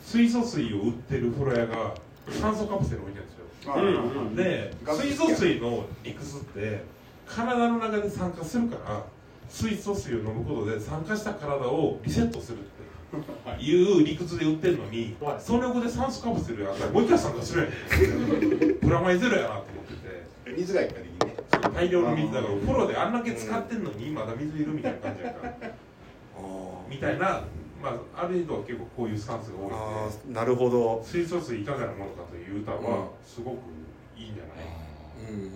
[SPEAKER 4] 水素水を売ってる風呂屋が酸素カプセル置いてるんですよ
[SPEAKER 5] ま
[SPEAKER 6] う
[SPEAKER 5] あ
[SPEAKER 6] ん
[SPEAKER 4] で
[SPEAKER 5] ガス
[SPEAKER 4] 水素水の理屈って体の中で酸化するから水素水を飲むことで酸化した体をリセットするっていう理屈で売ってるのに、
[SPEAKER 6] はい
[SPEAKER 4] その横で酸素カプセルやったらもう一回酸化するやんプラマイゼロやなと思ってて。
[SPEAKER 5] 水がいっぱいできるね
[SPEAKER 4] 大量の水だからフォローであんだけ使ってんのにまだ水いるみたいな感じやからみたいな、まあ、ある度は結構こういうスタンスが多い
[SPEAKER 2] あ
[SPEAKER 4] ので
[SPEAKER 2] あなるほど、
[SPEAKER 4] 水素水いかがなものかという歌はすごくいいんじゃない、
[SPEAKER 2] うんうんうん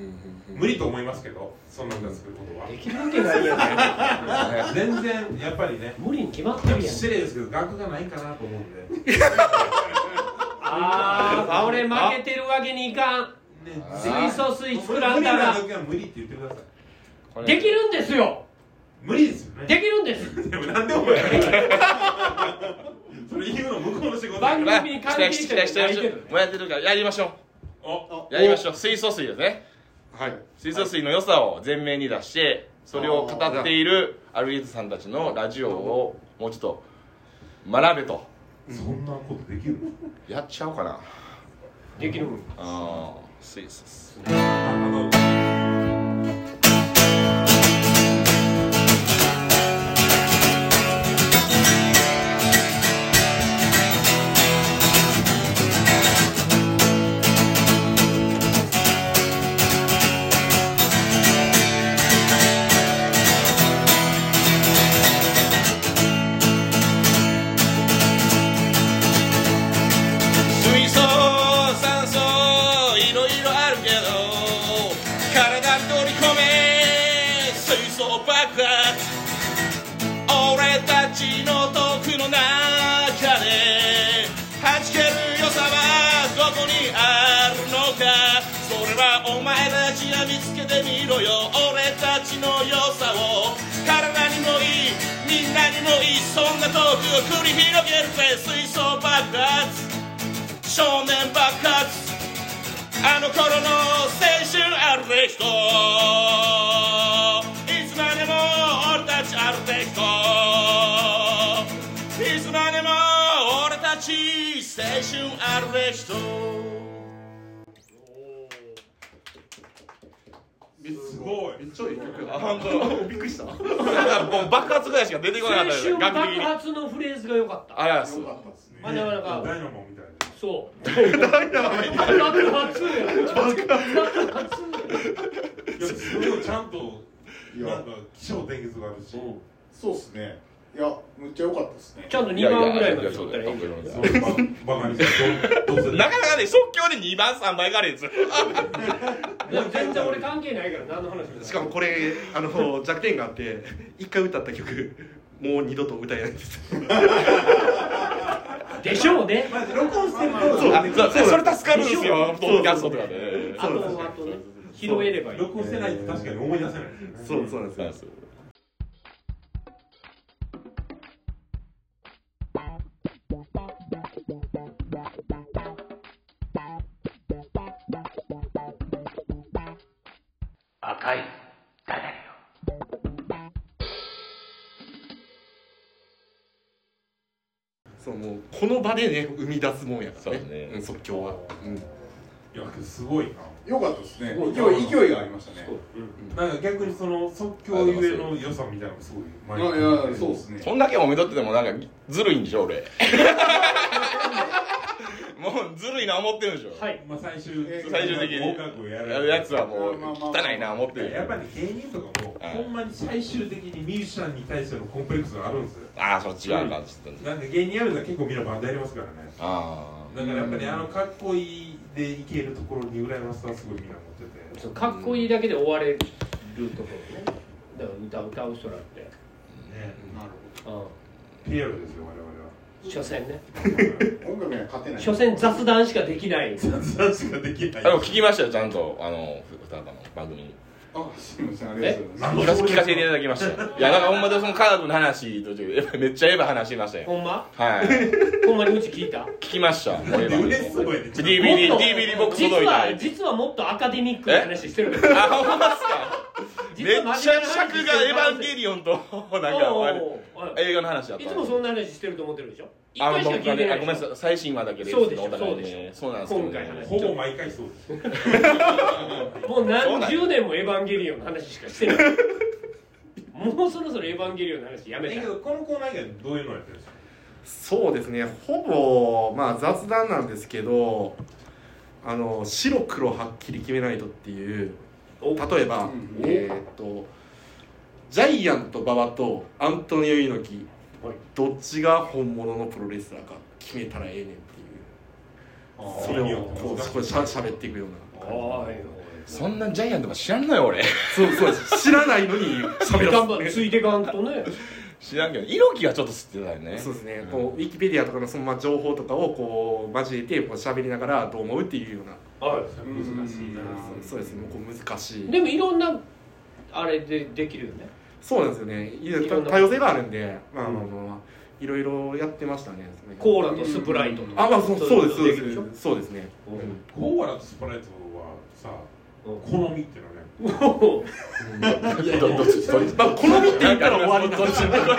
[SPEAKER 2] うん、
[SPEAKER 4] 無理と思いますけどそんな歌作ることは
[SPEAKER 6] できるわけないやん
[SPEAKER 4] 全然やっぱりね
[SPEAKER 6] 無理に決まって
[SPEAKER 4] で
[SPEAKER 6] る
[SPEAKER 4] も
[SPEAKER 6] やん
[SPEAKER 4] 失礼ですけど額がないかなと思うんで、ね、
[SPEAKER 6] ああ俺負けてるわけにいかん水素水作らんだら
[SPEAKER 4] 無理な時は無理って言ってください
[SPEAKER 6] できるんですよ
[SPEAKER 4] 無理ですよね
[SPEAKER 6] できるんです
[SPEAKER 4] でもなんでお前それ言うの向こうの仕事だか
[SPEAKER 6] 番
[SPEAKER 4] ら
[SPEAKER 6] 組に関係
[SPEAKER 1] 期
[SPEAKER 6] 者
[SPEAKER 1] 待し
[SPEAKER 6] じゃ
[SPEAKER 1] て
[SPEAKER 6] な
[SPEAKER 1] る
[SPEAKER 6] いけ
[SPEAKER 1] 人
[SPEAKER 6] ど
[SPEAKER 1] もやってるからやりましょ
[SPEAKER 4] お
[SPEAKER 1] うやりましょう水素水ですね
[SPEAKER 2] はい
[SPEAKER 1] 水素水の良さを前面に出してそれを語っているアルリーズさんたちのラジオをもうちょっと学べと
[SPEAKER 4] そんなことできる
[SPEAKER 1] やっちゃおうかな
[SPEAKER 6] できる
[SPEAKER 1] あー水素水
[SPEAKER 4] あの
[SPEAKER 1] 水素酸素いろいろあるけど体に取り込め水素爆発俺たちの毒の中で弾ける良さはどこにあるのかそれはお前たちが見つけてみろよ俺たちの良さを体にもいいみんなにもいいそんな毒を繰り広げるぜ水素爆発少年爆発あの頃の青春あるべき人いつまでも俺たちあるべき人いつまでも俺たち青春あるべき人
[SPEAKER 4] すごい
[SPEAKER 2] 超いい曲
[SPEAKER 1] あ本当。びっくりしたもう爆発ぐらいしか出てこなかった
[SPEAKER 6] 青春爆
[SPEAKER 1] 学的にあ
[SPEAKER 6] 発のフレーズが良かった
[SPEAKER 1] らす
[SPEAKER 5] かったですね
[SPEAKER 6] まあなかなか
[SPEAKER 4] ダイナモみたいな
[SPEAKER 6] そう爆発や爆発
[SPEAKER 4] いやすごいちゃんと
[SPEAKER 5] いや
[SPEAKER 4] なんか気象転結があるし
[SPEAKER 5] そうですねいやむっちゃ良かったですね
[SPEAKER 6] ちゃんと2番ぐらいまで取ったらいいんだよ
[SPEAKER 4] そうババカにしてどうどうせ
[SPEAKER 1] なかなかね即興で2番3倍がレンズ
[SPEAKER 6] でも全然俺関係ないから何の話もない
[SPEAKER 2] しかもこれあの弱点があって一回歌った曲もう二度と歌えないんです
[SPEAKER 6] でしょうね
[SPEAKER 4] まあ録音してると
[SPEAKER 2] う
[SPEAKER 1] あそうそれ助かるんですよポッドキャストとかで
[SPEAKER 6] あとあとね拾えればいい
[SPEAKER 4] 録音してないと確かに思い出せないですよね
[SPEAKER 2] そうそうなんです
[SPEAKER 1] そう
[SPEAKER 2] よ
[SPEAKER 1] です
[SPEAKER 7] 赤いダダリオ
[SPEAKER 2] そうもうこの場でね生み出すもんやからね
[SPEAKER 1] そうね
[SPEAKER 2] ん即興は、うん
[SPEAKER 4] いやすごい
[SPEAKER 5] 良かったですね
[SPEAKER 4] ごい
[SPEAKER 5] 勢い勢いがありましたね
[SPEAKER 4] ななんか逆にその即興ゆえの良さみたいなのがすごい
[SPEAKER 5] い
[SPEAKER 4] 前に
[SPEAKER 5] やいやそうですね
[SPEAKER 1] そんだけおめとっててもなんかずるいんでしょ俺もうずるいな思ってるんでしょ、
[SPEAKER 6] はい
[SPEAKER 4] まあ最終
[SPEAKER 1] 最終的に
[SPEAKER 4] 合格を
[SPEAKER 1] や
[SPEAKER 4] やら
[SPEAKER 1] る
[SPEAKER 4] れ
[SPEAKER 1] や
[SPEAKER 4] て
[SPEAKER 1] つはもう汚いな思ってるでし
[SPEAKER 4] やっ
[SPEAKER 1] ょ
[SPEAKER 4] ぱり芸人とかもほんまに最終的にミュージシャンに対してのコンプレックスがあるんですよ
[SPEAKER 1] ああそっちがあかんっつったんで
[SPEAKER 4] なんで芸人やるのは結構みんなバンドやりますからね
[SPEAKER 1] あ
[SPEAKER 4] だからやっぱりあのかっこいいでいけるところに羨ましさはすごいみんな持ってて
[SPEAKER 6] そうかっこいいだけで終われるところねだから歌歌う人だって
[SPEAKER 4] ね
[SPEAKER 5] なる
[SPEAKER 6] う
[SPEAKER 4] ピエロですよ我
[SPEAKER 6] ん所詮ね
[SPEAKER 4] 々
[SPEAKER 5] 音楽には勝てない
[SPEAKER 6] 所詮雑談しかできない
[SPEAKER 4] は雑誌 ができな
[SPEAKER 1] あ
[SPEAKER 4] い
[SPEAKER 1] でも聞きましたよちゃんとあの歌方の番組に
[SPEAKER 5] あすみませんありがとうございます
[SPEAKER 1] 聞か聞かせていただきましたよいやなんかほんまでそのカードの話とやっぱりめっちゃエヴァ話しましたよ
[SPEAKER 6] ほんま
[SPEAKER 1] はい
[SPEAKER 6] ほんまにうち聞いた
[SPEAKER 1] 聞きま したもうエヴ
[SPEAKER 4] で
[SPEAKER 1] ァ
[SPEAKER 4] 売れすごいね
[SPEAKER 1] DVD
[SPEAKER 6] もっと
[SPEAKER 1] DVD ボックス届い
[SPEAKER 6] 実
[SPEAKER 1] た
[SPEAKER 6] は実はもっとアカデミックな話してるから
[SPEAKER 1] あほんまっすか
[SPEAKER 6] 実
[SPEAKER 1] めっ
[SPEAKER 6] は
[SPEAKER 1] ちゃ
[SPEAKER 6] 真
[SPEAKER 1] 尺
[SPEAKER 6] 面目な話
[SPEAKER 1] がエヴァンゲリオンと なんかあれ
[SPEAKER 6] おうおうおう
[SPEAKER 1] 映画の話だった
[SPEAKER 6] いつもそんな話してると思ってるでしょ一
[SPEAKER 1] あ
[SPEAKER 6] 回しか
[SPEAKER 1] 僕
[SPEAKER 6] 聞
[SPEAKER 1] はい
[SPEAKER 6] て
[SPEAKER 1] ね
[SPEAKER 6] な
[SPEAKER 1] あ
[SPEAKER 6] い
[SPEAKER 1] ごめんなさい最新話だけです
[SPEAKER 6] そうでしょ
[SPEAKER 1] お互い
[SPEAKER 6] そうでし
[SPEAKER 1] ねそうなんですけど
[SPEAKER 6] 今回話
[SPEAKER 4] ほぼ毎回そうです
[SPEAKER 6] もう何十年もエヴァンゲリオンの話しかしてないもうそろそろエヴァンゲリオンの話やめ
[SPEAKER 4] だ
[SPEAKER 6] た
[SPEAKER 4] けどこのコーナー以外どういうのやってるんですか
[SPEAKER 2] そうですねほぼまあ雑談なんですけどあの白黒はっきり決めないとっていう
[SPEAKER 6] お
[SPEAKER 2] 例えば、
[SPEAKER 5] うん
[SPEAKER 2] えーっとジャイアント馬場とアントニオ猪木
[SPEAKER 6] はい
[SPEAKER 2] どっちが本物のプロレスラーか決めたらええねんっていうそれをこうこれしゃ喋っていくような
[SPEAKER 6] おい
[SPEAKER 8] そんなジャイアントが知らんのよ俺
[SPEAKER 2] そうそうです知らないのに
[SPEAKER 6] おい
[SPEAKER 2] 喋ら
[SPEAKER 6] 頑張ってついてかんとね
[SPEAKER 8] 知らんけど猪木はちょっと吸ってたよね
[SPEAKER 2] すそうですね、こうウィキペディアとかのそのまあ情報とかをこう交えてこう喋りながらどう思うっていうような
[SPEAKER 4] 難しい
[SPEAKER 2] そ
[SPEAKER 4] な
[SPEAKER 2] うそうですねもうこう難しい
[SPEAKER 6] でもいろんなあれでできるよね
[SPEAKER 2] そうなんですよねいろい
[SPEAKER 6] いろん
[SPEAKER 2] ろ
[SPEAKER 6] な
[SPEAKER 2] 多様性があるんでまあまあまあまあいろいろやってましたねそれ
[SPEAKER 6] コーラとスプライトとか
[SPEAKER 2] あまあそうそうですそう
[SPEAKER 6] い
[SPEAKER 2] で
[SPEAKER 6] のきるしょ
[SPEAKER 2] すそうですね
[SPEAKER 4] コーラとスプライトはさ好みっていうのね
[SPEAKER 7] どどっちどっち
[SPEAKER 2] まあ好みって言ったら終わりなんですよ
[SPEAKER 1] あでも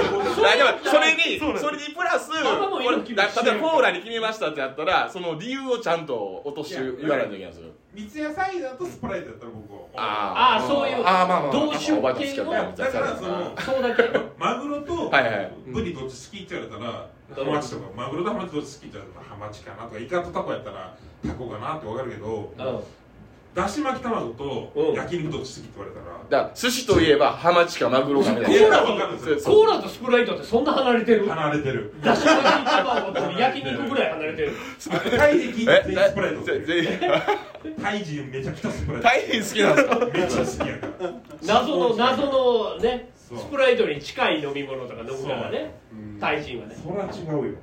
[SPEAKER 1] それに
[SPEAKER 2] そうなんです
[SPEAKER 1] それにプラス
[SPEAKER 6] あまあもう
[SPEAKER 1] これ
[SPEAKER 6] 色
[SPEAKER 1] だ
[SPEAKER 6] 々決め
[SPEAKER 1] 例えばコーラに決めましたってやったらその理由をちゃんと落として言わないといけないんですよ
[SPEAKER 4] 三ツ矢サイダーとスプライトやったら僕は
[SPEAKER 1] あ
[SPEAKER 6] ああそういう
[SPEAKER 2] あーまあまあ
[SPEAKER 6] 同種
[SPEAKER 7] おばちゃん好
[SPEAKER 6] 系
[SPEAKER 7] きや
[SPEAKER 6] の
[SPEAKER 7] った
[SPEAKER 4] だからその
[SPEAKER 6] そうだけ
[SPEAKER 4] マグロと
[SPEAKER 1] はいはい
[SPEAKER 4] ブリどっち好きって言われたらハマチとかマグロとハマチどっち好きって言われたらハマチかなとかイカとタコやったらタコかなってわかるけどだし巻き卵と焼肉どっち好きって言われたら
[SPEAKER 7] だから寿司といえばハマチかマグロかみたい
[SPEAKER 4] いや
[SPEAKER 7] な
[SPEAKER 4] まあわかるんですよ
[SPEAKER 6] コーラとスプライトってそんな離れてる
[SPEAKER 4] 離れてる
[SPEAKER 6] だし巻き卵と焼肉ぐらい離れてる
[SPEAKER 4] タイで聞いて全員スプライトっていう
[SPEAKER 7] 全員
[SPEAKER 4] タイ人めちゃくちゃスプライト
[SPEAKER 7] タイ人好きなんで す
[SPEAKER 4] め
[SPEAKER 7] か
[SPEAKER 4] っちゃ好きやから
[SPEAKER 6] 謎の謎のね
[SPEAKER 4] そう
[SPEAKER 6] スプライトに近い飲み物とか飲むからねタイ人はね
[SPEAKER 4] そら違うよ
[SPEAKER 6] うん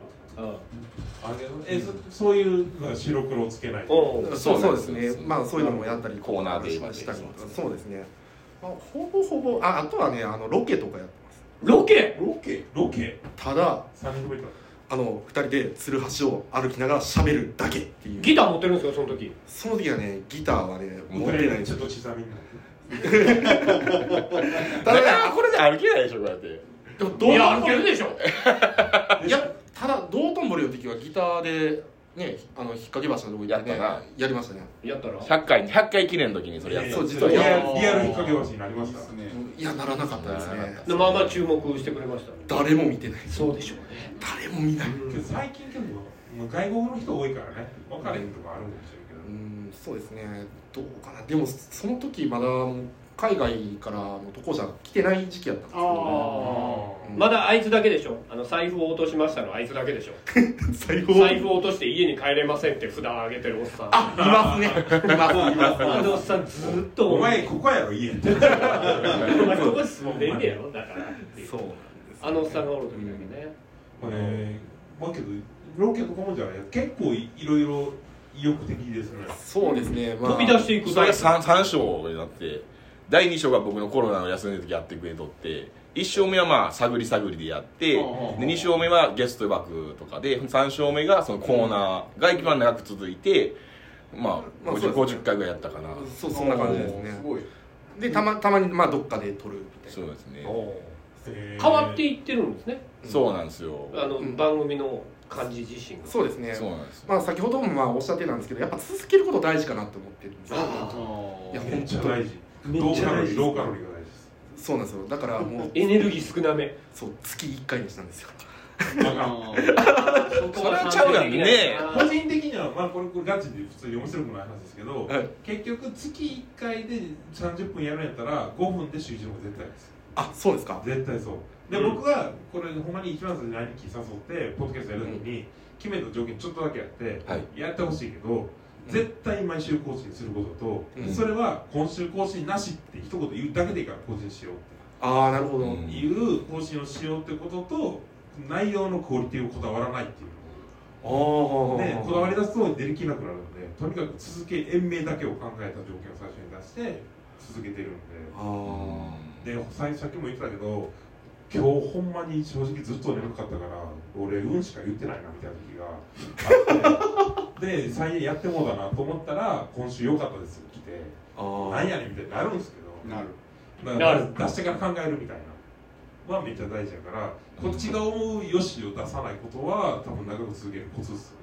[SPEAKER 4] あれえそそういうのは白黒つけない
[SPEAKER 6] おう
[SPEAKER 2] そう
[SPEAKER 7] そ
[SPEAKER 2] そうう
[SPEAKER 7] で
[SPEAKER 2] ですす
[SPEAKER 7] ね
[SPEAKER 2] ねまあそういうのもやったり
[SPEAKER 7] コーナーで言えばね
[SPEAKER 2] したりとかそうですねまあほぼほぼああとはねあのロケとかやってます
[SPEAKER 6] ロケ
[SPEAKER 5] ロケ
[SPEAKER 4] ロケ
[SPEAKER 2] ただ
[SPEAKER 4] 300メート
[SPEAKER 2] あの2人でツルハシを歩きながら喋るだけっていう
[SPEAKER 6] ギター持ってるんですよその時
[SPEAKER 2] その時はねギターはね
[SPEAKER 4] ル
[SPEAKER 2] 持ってないんで
[SPEAKER 4] ち
[SPEAKER 2] す
[SPEAKER 4] ょっ
[SPEAKER 2] よ
[SPEAKER 4] と小さめになる
[SPEAKER 2] ただね
[SPEAKER 7] あこれで歩けないでしょこうやって
[SPEAKER 2] でも道
[SPEAKER 6] いや
[SPEAKER 2] 頓
[SPEAKER 6] 歩けるでしょ
[SPEAKER 2] 堀いやただ道頓堀の時はギターでねあの引っ掛け橋のとこ行ってね
[SPEAKER 7] やったな
[SPEAKER 2] やりましたね
[SPEAKER 6] やったら
[SPEAKER 7] 100回100回記念の時にそれや
[SPEAKER 4] い
[SPEAKER 7] って
[SPEAKER 4] や
[SPEAKER 7] た
[SPEAKER 2] そう実は
[SPEAKER 4] リア
[SPEAKER 2] い
[SPEAKER 4] ル
[SPEAKER 2] や
[SPEAKER 4] リアル引っ掛け橋になりました
[SPEAKER 5] ね
[SPEAKER 2] いやならなかったですね
[SPEAKER 6] でまあまあ注目してくれましたね
[SPEAKER 2] 誰も見てない
[SPEAKER 6] そうでしょうね
[SPEAKER 2] 誰も見ない
[SPEAKER 4] けど最近でももう外国の人多いからね分かれへんとかあるかもしれんけど
[SPEAKER 2] うんそうですねどうかなでもその時まだ海外からの渡航者が来てない時期やったんですけ
[SPEAKER 4] あ
[SPEAKER 6] まだあいつだけでしょあの財布を落としましたのあいつだけでしょ
[SPEAKER 2] 最高
[SPEAKER 6] 財布を落として家に帰れませんって札上げてるおっさんあ
[SPEAKER 2] いますねいますいます
[SPEAKER 6] のおっさんずーっ
[SPEAKER 4] ー
[SPEAKER 6] と
[SPEAKER 4] お前ここやろ家って
[SPEAKER 6] お前ここ住んでんねやろだからっていう
[SPEAKER 2] そうなん
[SPEAKER 6] あのおっさんがおる時だけね
[SPEAKER 4] まあねまあけどロケとかもじゃない結構いろいろ意欲的ですね
[SPEAKER 2] そうですね、まあ、
[SPEAKER 6] 飛び出していく
[SPEAKER 7] それが 3, 三章になって第2章が僕のコロナの休みの時やってくれとって1章目はまあ探り探りでやってで
[SPEAKER 5] ああ
[SPEAKER 7] 2章目はゲスト枠とかで3章目がそのコーナーが一番長く続いてまあ
[SPEAKER 2] まあそう
[SPEAKER 7] 50,
[SPEAKER 2] ですね
[SPEAKER 7] 50回ぐらいやったかな
[SPEAKER 2] そうそんな感じですね
[SPEAKER 5] すごい
[SPEAKER 2] でたまたまにまあどっかで撮るみたい
[SPEAKER 7] そうですね
[SPEAKER 4] 変
[SPEAKER 6] 変わっていってるんですね
[SPEAKER 7] そうなんですよ
[SPEAKER 6] あの
[SPEAKER 2] うん
[SPEAKER 6] 番組の感じ自身が
[SPEAKER 2] なそうですね
[SPEAKER 7] そうなんですよ
[SPEAKER 2] まあ先ほどもまあおっしゃってたんですけどやっぱ続けること大事かなって思ってるんですよいや
[SPEAKER 4] めっ
[SPEAKER 2] 本
[SPEAKER 4] ちゃ
[SPEAKER 2] 当
[SPEAKER 4] 大
[SPEAKER 2] に
[SPEAKER 4] 事ローカロリーローカロリーが大事です
[SPEAKER 2] そうなんですよだからもう
[SPEAKER 6] エネルギー少なめ
[SPEAKER 2] そう月1回にしたんですよ
[SPEAKER 6] そ
[SPEAKER 7] それはちゃうやんね
[SPEAKER 4] 個人的には、まあ、これこれガチで普通に面白くない話ですけど、
[SPEAKER 2] はい
[SPEAKER 4] 結局月1回で30分やるんやったら5分で集中も絶対です
[SPEAKER 2] あそうですか
[SPEAKER 4] 絶対そうで、僕がこれほんまに一番最初に兄貴誘ってポッドキャストやるときに、決めた条件ちょっとだけやって、
[SPEAKER 7] はい
[SPEAKER 4] やってほしいけど絶対毎週更新することと、
[SPEAKER 2] うん
[SPEAKER 4] それは今週更新なしって一言言うだけでいいから更新しようって
[SPEAKER 2] ああなるほど、
[SPEAKER 7] うん
[SPEAKER 4] いう更新をしようってことと内容のクオリティをこだわらないっていう
[SPEAKER 2] ああ、
[SPEAKER 4] でこだわり出すと出りきなくなるのでとにかく続け延命だけを考えた条件を最初に出して続けてるん
[SPEAKER 2] あ
[SPEAKER 4] ででささっきも言ってたけど今日ほんまに正直ずっと眠かったから俺うんしか言ってないなみたいな時があってで再演やってもうだなと思ったら今週良かったです来て
[SPEAKER 2] ああ
[SPEAKER 4] なんやねんみたいになるんですけど
[SPEAKER 5] なる
[SPEAKER 4] だから
[SPEAKER 6] なる
[SPEAKER 4] 出してから考えるみたいなはめっちゃ大事やからこっちが思うよしを出さないことは多分長く続けるコツっすね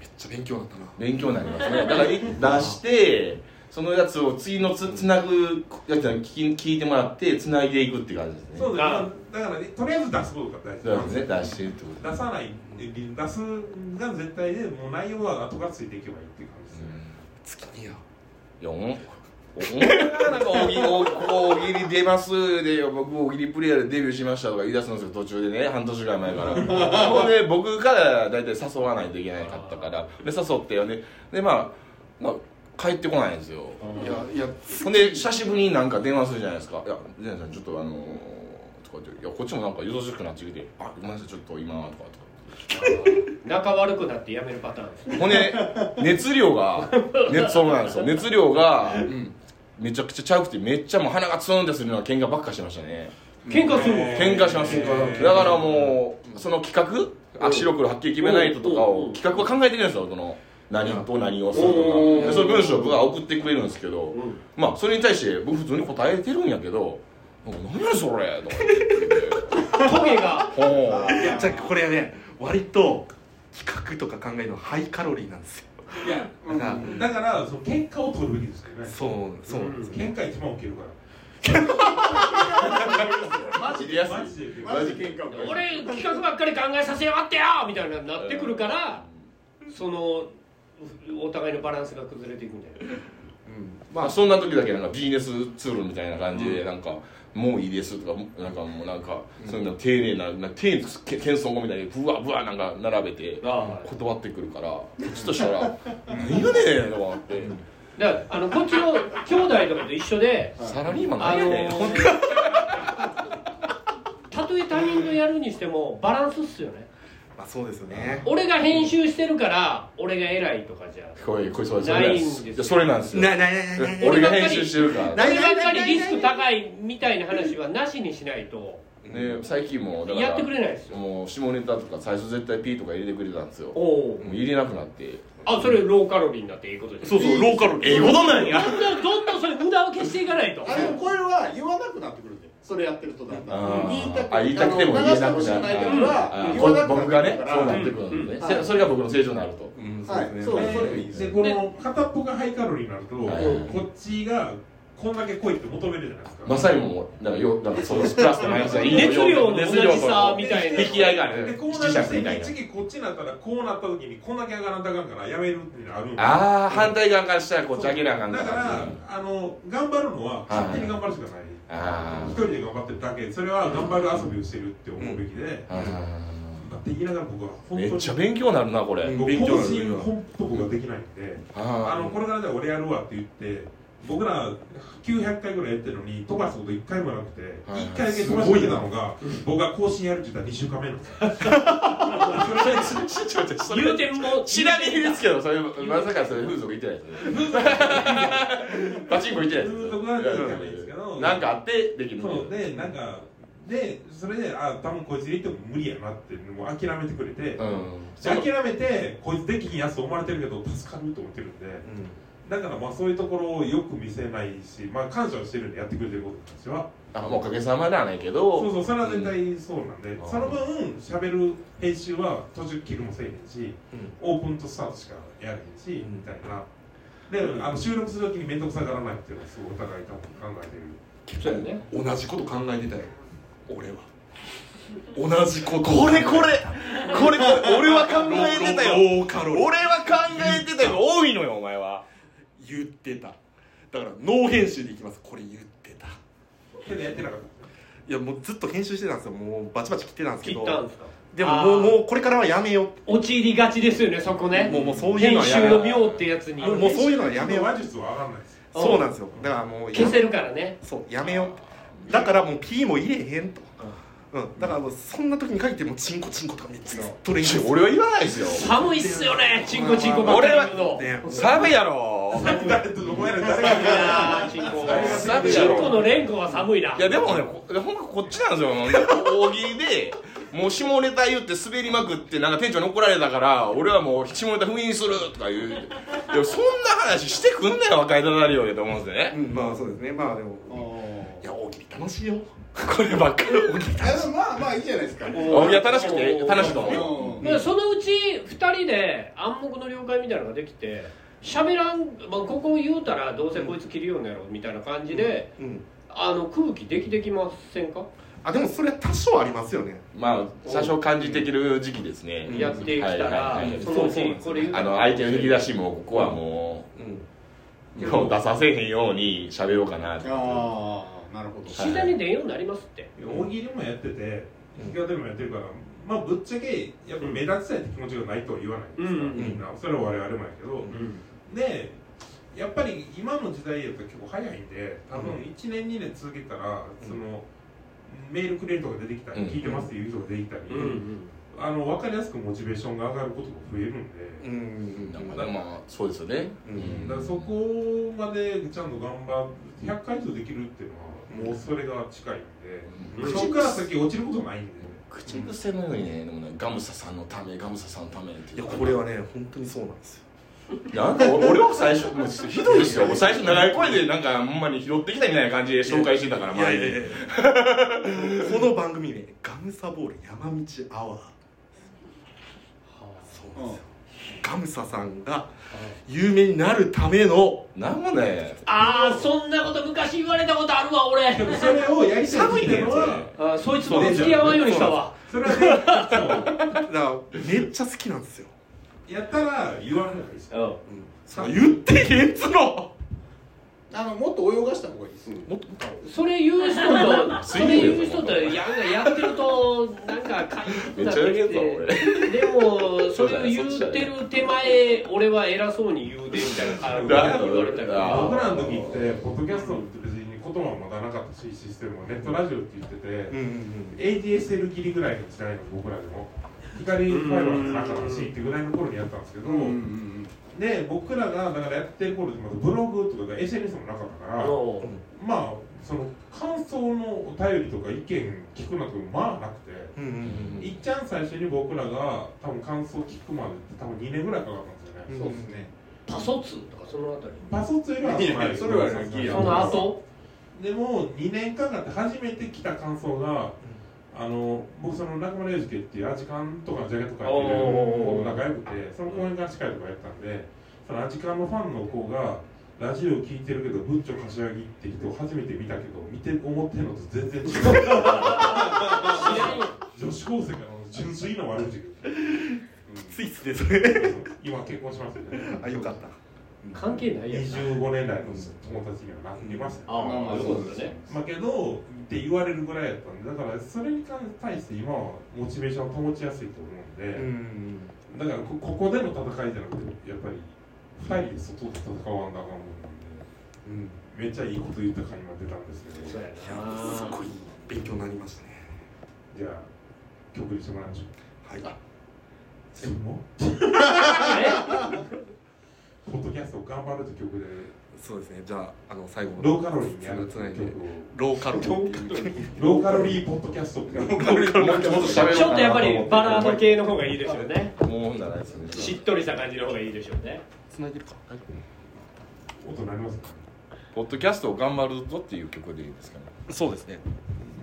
[SPEAKER 2] めっちゃ勉強になったな
[SPEAKER 7] 勉強になりますねだからい出してそのやつを次のつつなぐやつを聞き聞いてもらってつないでいくって感じですね
[SPEAKER 4] そうです
[SPEAKER 6] あ
[SPEAKER 4] まあだからねとりあえず出すことが大事
[SPEAKER 7] そう
[SPEAKER 4] な
[SPEAKER 7] で
[SPEAKER 4] ん
[SPEAKER 7] す
[SPEAKER 4] です
[SPEAKER 7] ね
[SPEAKER 4] よ
[SPEAKER 7] 出してるってこと
[SPEAKER 4] 出さない出すが絶対でもう内容は後がついていけばいいっていう感じですね、
[SPEAKER 7] うん
[SPEAKER 2] 月にや
[SPEAKER 7] いやおも
[SPEAKER 1] なんか大喜利大喜利ここ大喜利出ますで僕大喜利プレイヤーでデビューしましたとか言い出すんですよ途中でね半年ぐらい前からほんで僕から大体誘わないといけないかったからで誘ってよねでまあ、まあ、帰ってこないんですよ
[SPEAKER 2] いやいや
[SPEAKER 1] ほんで久しぶりになんか電話するじゃないですか「いやジェンさんちょっとあのー」とか言って「いやこっちもなんかよろしくなってきてあごめんなさいちょっと今」とか
[SPEAKER 6] 仲悪くなってやめるパターンです
[SPEAKER 1] とかほんで熱量が熱そうなんですよ熱量が、めちゃくちゃちゃうくてめっちゃもう鼻がツーンってするような喧嘩ばっかしてましたね
[SPEAKER 6] 喧嘩するの
[SPEAKER 1] 喧嘩しますだからもうその企画あ白黒はっきり決めないととか
[SPEAKER 6] う
[SPEAKER 1] を
[SPEAKER 6] ん
[SPEAKER 1] 企画は考えてるんですよこの何と何をすると
[SPEAKER 6] うん
[SPEAKER 1] かでその文章を僕は送ってくれるんですけど、
[SPEAKER 6] ん
[SPEAKER 1] まあそれに対して僕普通に答えてるんやけど「なんか何やそれ」とか言って
[SPEAKER 6] トゲが
[SPEAKER 1] ほう
[SPEAKER 2] いやじゃあこれはね割と企画とか考えるのハイカロリーなんですよ
[SPEAKER 4] いや
[SPEAKER 2] だから
[SPEAKER 4] だからその喧嘩を取るべきですよね
[SPEAKER 2] そうそうなんですよね
[SPEAKER 4] 喧嘩一番起きるから
[SPEAKER 1] マジで安い
[SPEAKER 4] マジで起きる
[SPEAKER 5] マジ喧嘩を
[SPEAKER 6] 俺企画ばっかり考えさせやがってよみたいななってくるからそのお互いのバランスが崩れていくんだよ
[SPEAKER 1] まあそんな時だけなんかビジネスツールみたいな感じでなんか、もういいですとかなんかもうなんか、そういうの丁寧ななんか丁寧け謙遜語みたいにブワブワなんか並べて
[SPEAKER 6] あ
[SPEAKER 1] 断ってくるからこっちとしたら「何やねん!」とか思って、
[SPEAKER 6] だからあのこっちの兄弟とかと一緒で
[SPEAKER 1] サラリーマン
[SPEAKER 6] あ
[SPEAKER 1] 何やねん、
[SPEAKER 6] のたとえ他人とやるにしてもバランスっすよね
[SPEAKER 2] まあそうですよね
[SPEAKER 6] 俺が編集してるから俺が偉いとかじゃ
[SPEAKER 1] これこれそれそ
[SPEAKER 6] な
[SPEAKER 1] れで
[SPEAKER 6] いんです
[SPEAKER 1] す
[SPEAKER 6] よ
[SPEAKER 1] いやそれなんですよ
[SPEAKER 2] なないないないない
[SPEAKER 1] 俺が編集してるから
[SPEAKER 2] な
[SPEAKER 6] 俺ばっかりリスク高いみたいな話はなしにしないと
[SPEAKER 1] ね最近もだから
[SPEAKER 6] やってくれないですよ
[SPEAKER 1] もう下ネタとか最初絶対 P とか入れてくれたんですよ
[SPEAKER 6] お
[SPEAKER 1] も
[SPEAKER 6] おう
[SPEAKER 1] う入れなくなって
[SPEAKER 6] あそれローカロリーになっていいことです
[SPEAKER 2] そうそうローカロリーええことなんや
[SPEAKER 6] どんどんどんどんそれ無駄を消していかないと
[SPEAKER 5] あでもこれは言わなくなってくるんでそれやってるとだんだ
[SPEAKER 1] あ
[SPEAKER 5] ん
[SPEAKER 1] ー
[SPEAKER 5] 言いたく
[SPEAKER 1] あ言いたくても言えなくなる
[SPEAKER 5] 流してほしくないから
[SPEAKER 1] あ
[SPEAKER 5] 言わなくなってくるから
[SPEAKER 1] 僕がねそうなってく
[SPEAKER 6] う
[SPEAKER 1] る
[SPEAKER 6] ん
[SPEAKER 1] のね、
[SPEAKER 5] はい
[SPEAKER 1] せそれが僕の成長になると
[SPEAKER 2] うんそう
[SPEAKER 5] は
[SPEAKER 2] で
[SPEAKER 5] い
[SPEAKER 2] す
[SPEAKER 5] そう
[SPEAKER 2] ね
[SPEAKER 5] それいいです
[SPEAKER 4] で
[SPEAKER 5] よ
[SPEAKER 4] この片っぽがハイカロリーになると、
[SPEAKER 1] はい
[SPEAKER 4] こっちがこんだけ濃いって求めるじゃないですか、
[SPEAKER 1] まさにもうなんかよなんかそのプラスとマイナスがいい
[SPEAKER 6] 熱量の同
[SPEAKER 1] 熱
[SPEAKER 6] じ
[SPEAKER 1] 量
[SPEAKER 6] さ
[SPEAKER 1] と
[SPEAKER 6] みたいな
[SPEAKER 1] 引き合いがある
[SPEAKER 4] でこう
[SPEAKER 1] 指揮
[SPEAKER 4] な
[SPEAKER 1] 者
[SPEAKER 4] っ
[SPEAKER 1] さんみた
[SPEAKER 4] て
[SPEAKER 1] いな
[SPEAKER 4] 次こっちになったらこうなった時にこんだけ上がらんとあかんからやめるっていうのあるんですよ
[SPEAKER 1] ああ反対側からしたらこっち上げなあかんか
[SPEAKER 4] だ
[SPEAKER 1] ら
[SPEAKER 4] からあの頑張るのは勝手に頑張るしかない、
[SPEAKER 1] あ
[SPEAKER 4] 一人で頑張ってるだけそれは頑張る遊びをしてるって思うべきで、
[SPEAKER 1] ーあ
[SPEAKER 4] だって言いながら僕は
[SPEAKER 1] ー
[SPEAKER 4] 本当に
[SPEAKER 1] めっちゃ勉強になるなこれ、
[SPEAKER 2] うん
[SPEAKER 4] 僕
[SPEAKER 2] 勉強に
[SPEAKER 4] 更
[SPEAKER 2] なる
[SPEAKER 4] 新本当僕はできないんで、あ
[SPEAKER 1] あ
[SPEAKER 4] のこれからじゃあ俺やるわって言って僕ら900回ぐらいやってるのに飛ばすこと1回もなくて、
[SPEAKER 1] はい
[SPEAKER 4] 1回だけ飛ばしてくれたのが僕が更新やるって言ったら2週間目なんですよ
[SPEAKER 6] 言うても
[SPEAKER 1] ちなみにですけどそれまさかそれ風俗行ってないですねパチンコ行ってないです
[SPEAKER 4] 風俗は行かないですけど
[SPEAKER 1] なんかあってできる
[SPEAKER 4] そうでなんかでそれであ多分こいつで行っても無理やなってもう諦めてくれて、
[SPEAKER 1] うん
[SPEAKER 4] 諦めてこいつできひんやつと思われてるけど助かると思ってるんで、だからまあそういうところをよく見せないしまあ感謝をしてるんでやってくれてることたちは
[SPEAKER 1] あもうおかげさまではないけど
[SPEAKER 4] そうそうそれは絶対そうなんで、
[SPEAKER 1] うん
[SPEAKER 4] その分喋る編集は途中切るもせえへんし、オープンとスタートしかやれへんし、みたいなで、あの収録するときに面倒くさがらないっていうのはすごいお互い多分考えてる
[SPEAKER 6] そうやね
[SPEAKER 2] 同じこと考えてたよ俺は同じこと
[SPEAKER 9] これこれこれこれ俺は考えてたよ
[SPEAKER 2] ローカロリー
[SPEAKER 9] 俺は考えてたよ多いのよお前は
[SPEAKER 2] 言ってただからノー編集でいきますこれ言ってた
[SPEAKER 4] けどやってなかった
[SPEAKER 2] いやもうずっと編集してたんですよもうバチバチ切ってたんですけ
[SPEAKER 6] 切
[SPEAKER 2] ど
[SPEAKER 6] ったんですか
[SPEAKER 2] でももう
[SPEAKER 6] あー
[SPEAKER 2] もうこれからはやめよう
[SPEAKER 6] 陥りがちですよねそこね
[SPEAKER 2] もうもうそういうの
[SPEAKER 6] 編
[SPEAKER 2] はや
[SPEAKER 6] 集
[SPEAKER 2] め
[SPEAKER 6] の妙ってやつに
[SPEAKER 2] もうもうそういうのはやめよ
[SPEAKER 4] 話
[SPEAKER 2] う
[SPEAKER 4] 術は上がらないです
[SPEAKER 6] あ
[SPEAKER 2] そうなんですよだからもうや
[SPEAKER 6] 消せるからね
[SPEAKER 2] そうやめようだからもう P も入れへんとうんだからもうそんな時に限ってもうチンコチンコとかめっちゃずっと練習
[SPEAKER 1] 俺は言わないですよ
[SPEAKER 6] 寒いっすよねチンコチンコばっかり言うの
[SPEAKER 2] ね
[SPEAKER 1] 寒いやろ
[SPEAKER 4] 誰とお前ら誰が
[SPEAKER 6] いやーチンコ
[SPEAKER 1] 寒いや
[SPEAKER 6] チン
[SPEAKER 1] ろ
[SPEAKER 6] コの連呼は寒いない
[SPEAKER 1] やでもねこほんまこっちなんですよ大喜利でもう下ネタ言って滑りまくってなんか店長に怒られたから俺はもう下ネタ封印するとか言ういやそんな話してくんなよ若いたなるようやと思うんですよ
[SPEAKER 2] う
[SPEAKER 1] ね
[SPEAKER 2] んまあそうですねまあでも
[SPEAKER 5] あー
[SPEAKER 2] いや大喜利楽しいよ
[SPEAKER 1] こればっかり大喜利
[SPEAKER 5] あでもまあまあいいじゃないですか
[SPEAKER 1] 大喜利は楽しくて楽しいと思うよ
[SPEAKER 5] うん
[SPEAKER 6] だからそのうち2人で暗黙の了解みたいなのができて喋らん、まあ、ここ言うたらどうせこいつ切るようになろうみたいな感じで、
[SPEAKER 2] うん
[SPEAKER 6] あの空気できてきませんか、
[SPEAKER 2] あでもそれは多少ありますよね
[SPEAKER 1] まあ多少感じてきる時期ですね
[SPEAKER 2] うん
[SPEAKER 6] やってきたら、
[SPEAKER 1] はいはいはい
[SPEAKER 6] そのうちこれ言うた
[SPEAKER 1] あ
[SPEAKER 6] ら
[SPEAKER 1] の相手の引き出しもここはも
[SPEAKER 2] うん
[SPEAKER 1] うを出させへんように喋ろうかなって
[SPEAKER 5] ああなるほど
[SPEAKER 1] はい
[SPEAKER 6] 次第に出んようになりますって
[SPEAKER 4] 大喜利もやってて弾き語りもやってるからまあぶっちゃけやっぱ目立ちたいって気持ちがないとは言わないですから、
[SPEAKER 6] うんうん
[SPEAKER 4] みんなそれは我々もやけど、でやっぱり今の時代やと結構早いんで多分1年2年続けたら、そのメールくれる人が出てきたり、
[SPEAKER 8] うん
[SPEAKER 4] 聞いてますっていう人が出てきたり、
[SPEAKER 6] うん
[SPEAKER 4] あの分かりやすくモチベーションが上がることが増えるんで、
[SPEAKER 2] うん
[SPEAKER 8] なんかまあそうですよね
[SPEAKER 2] うん
[SPEAKER 4] だからそこまでちゃんと頑張って100回以上できるっていうのはもうそれが近いんで、
[SPEAKER 8] うん
[SPEAKER 4] そこから先落ちることないんで、
[SPEAKER 8] 口癖のようにねでもねガムサさんのためガムサさんのためって
[SPEAKER 2] いうやこれはね本当にそうなんですよ
[SPEAKER 8] なんか俺は最初
[SPEAKER 1] もうひどいですよもう最初長い声でなんかほんまに拾ってきたみたいな感じで紹介してたから
[SPEAKER 2] いや
[SPEAKER 1] 前
[SPEAKER 2] いやい
[SPEAKER 1] に
[SPEAKER 2] やこの番組ねガムサボール山道アワーそうなんですよガムサさんが有名になるための
[SPEAKER 8] なんもね
[SPEAKER 6] ああそんなこと昔言われたことあるわ俺
[SPEAKER 4] でもそれをやりたいっていうのは、
[SPEAKER 6] あーそいつと付き合わんようにしたわ
[SPEAKER 4] それはね
[SPEAKER 2] だからめっちゃ好きなんですよ
[SPEAKER 4] そうやったら言わないです
[SPEAKER 6] うんうん
[SPEAKER 2] それ言ってへんっつの
[SPEAKER 5] あのもっと泳がした方がいいです、
[SPEAKER 6] それ言う人とそれ言う人とやんがやってるとなんかかゆく
[SPEAKER 8] め
[SPEAKER 6] なって
[SPEAKER 8] っちゃや
[SPEAKER 6] き
[SPEAKER 8] るぞ
[SPEAKER 6] てでもそれを言ってる手前俺は偉そうに言うでみたいな感じで言われたから
[SPEAKER 4] 僕らの時ってポッドキャストって別に言葉もまだなかったしシステムもネットラジオって言ってて、ADSL 切りぐらいの時代の僕らでも光ファイバーもなかったしってぐらいの頃にやったんですけど、で僕らがだからやってる頃ってまだブログとか SNS もなかったから、
[SPEAKER 6] の
[SPEAKER 4] まあその感想のお便りとか意見聞くなんてまあなくて。
[SPEAKER 2] うんうん
[SPEAKER 4] いっちゃん最初に僕らが多分感想聞くまで多分2年ぐらいかかったん
[SPEAKER 2] う
[SPEAKER 4] ですよね、
[SPEAKER 2] ん
[SPEAKER 5] そうですね
[SPEAKER 6] パソツとかそのあたり
[SPEAKER 4] パソツよりは前
[SPEAKER 5] いやそれはねギリ
[SPEAKER 6] その後
[SPEAKER 4] でも2年間かって初めて来た感想が、あの僕その中村祐介っていうアジカンとかのジャケットとかっていう僕仲良くてその講演会司会とかやったんでそのアジカンのファンの子がラジオ聞いてるけどブッチョ柏木って人を初めて見たけど見て思ってるのと全然違う女子高生からの純粋な悪口が言って
[SPEAKER 2] ついっすねそれ
[SPEAKER 4] る今結婚しましたよね
[SPEAKER 2] あよかった
[SPEAKER 6] 関係 ないやん
[SPEAKER 4] 25年来の友達にはなりましたよ
[SPEAKER 6] あ
[SPEAKER 5] まあまあ
[SPEAKER 6] そうですね
[SPEAKER 4] まあけどって言われるぐらいやったんでだからそれに関対して今はモチベーションを保ちやすいと思うんで、
[SPEAKER 2] うん
[SPEAKER 4] だからこここでの戦いじゃなくてやっぱり2人で外で戦わんだかんもんなんで、めっちゃいいこと言った感今出たんですけど
[SPEAKER 6] そうや
[SPEAKER 4] じ
[SPEAKER 6] な
[SPEAKER 2] すごい勉強になりましたね
[SPEAKER 4] ゃあ曲にしてもらいましょう
[SPEAKER 2] はい
[SPEAKER 4] 「でもポッドキャストを頑張る」という曲で
[SPEAKER 2] そうですねじゃああの最後
[SPEAKER 4] ローカロリーにやる
[SPEAKER 2] つ
[SPEAKER 4] 曲
[SPEAKER 2] ないで
[SPEAKER 4] を
[SPEAKER 2] ローカルロ
[SPEAKER 4] ローカロリーポッドキャストっていうのを
[SPEAKER 6] ちょっとやっぱりバラード系の方がいいですよね
[SPEAKER 8] もうほんならですね
[SPEAKER 6] しっとりした感じの方がいいでしょうね
[SPEAKER 2] つないでるか大丈
[SPEAKER 4] 音鳴りますか
[SPEAKER 8] ポッドキャストを頑張るぞっていう曲でいいですかね
[SPEAKER 2] 夫そうですね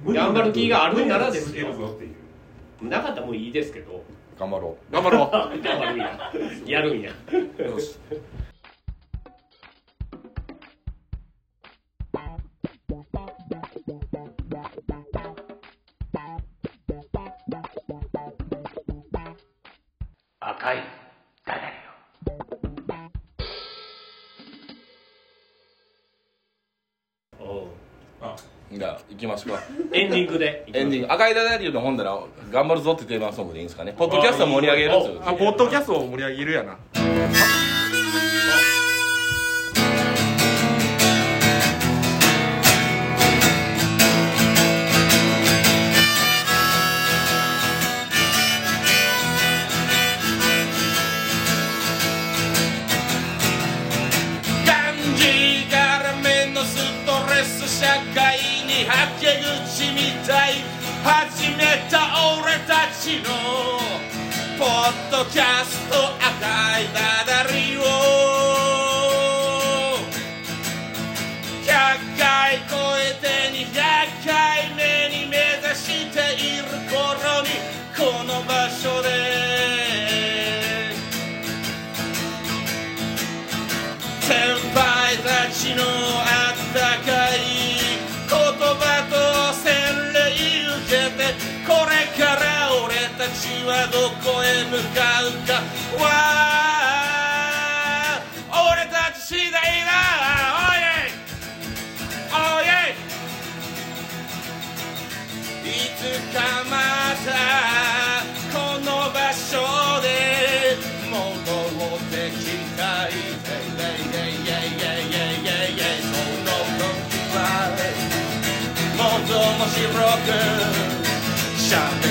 [SPEAKER 6] 頑張る気があるんならですよ
[SPEAKER 4] 無理なく続けるぞっていう
[SPEAKER 6] なかったらもういいですけど
[SPEAKER 8] 頑張ろう
[SPEAKER 2] 頑張ろう
[SPEAKER 6] 頑張るんややるんや
[SPEAKER 2] よし。
[SPEAKER 7] 赤いダダリオ
[SPEAKER 6] おう
[SPEAKER 8] じゃあ行きましょうか
[SPEAKER 6] エンディングで
[SPEAKER 8] エンディング赤いダダリオの本なら頑張るぞってテーマソングでいいんですかねポッドキャストを盛り上げるっていう
[SPEAKER 2] あ、ポッドキャストを盛り上げるやな。
[SPEAKER 1] がんじがらめのストレス社会に吐け口みたい始めた俺たちのポッドキャスト赤いダダリを100回超えて200回目に目指している頃にこの場所で先輩たちのあったかい言葉と洗礼受けてこれから俺たちはどこへ向かうかわあ俺たち次第だしゃべっ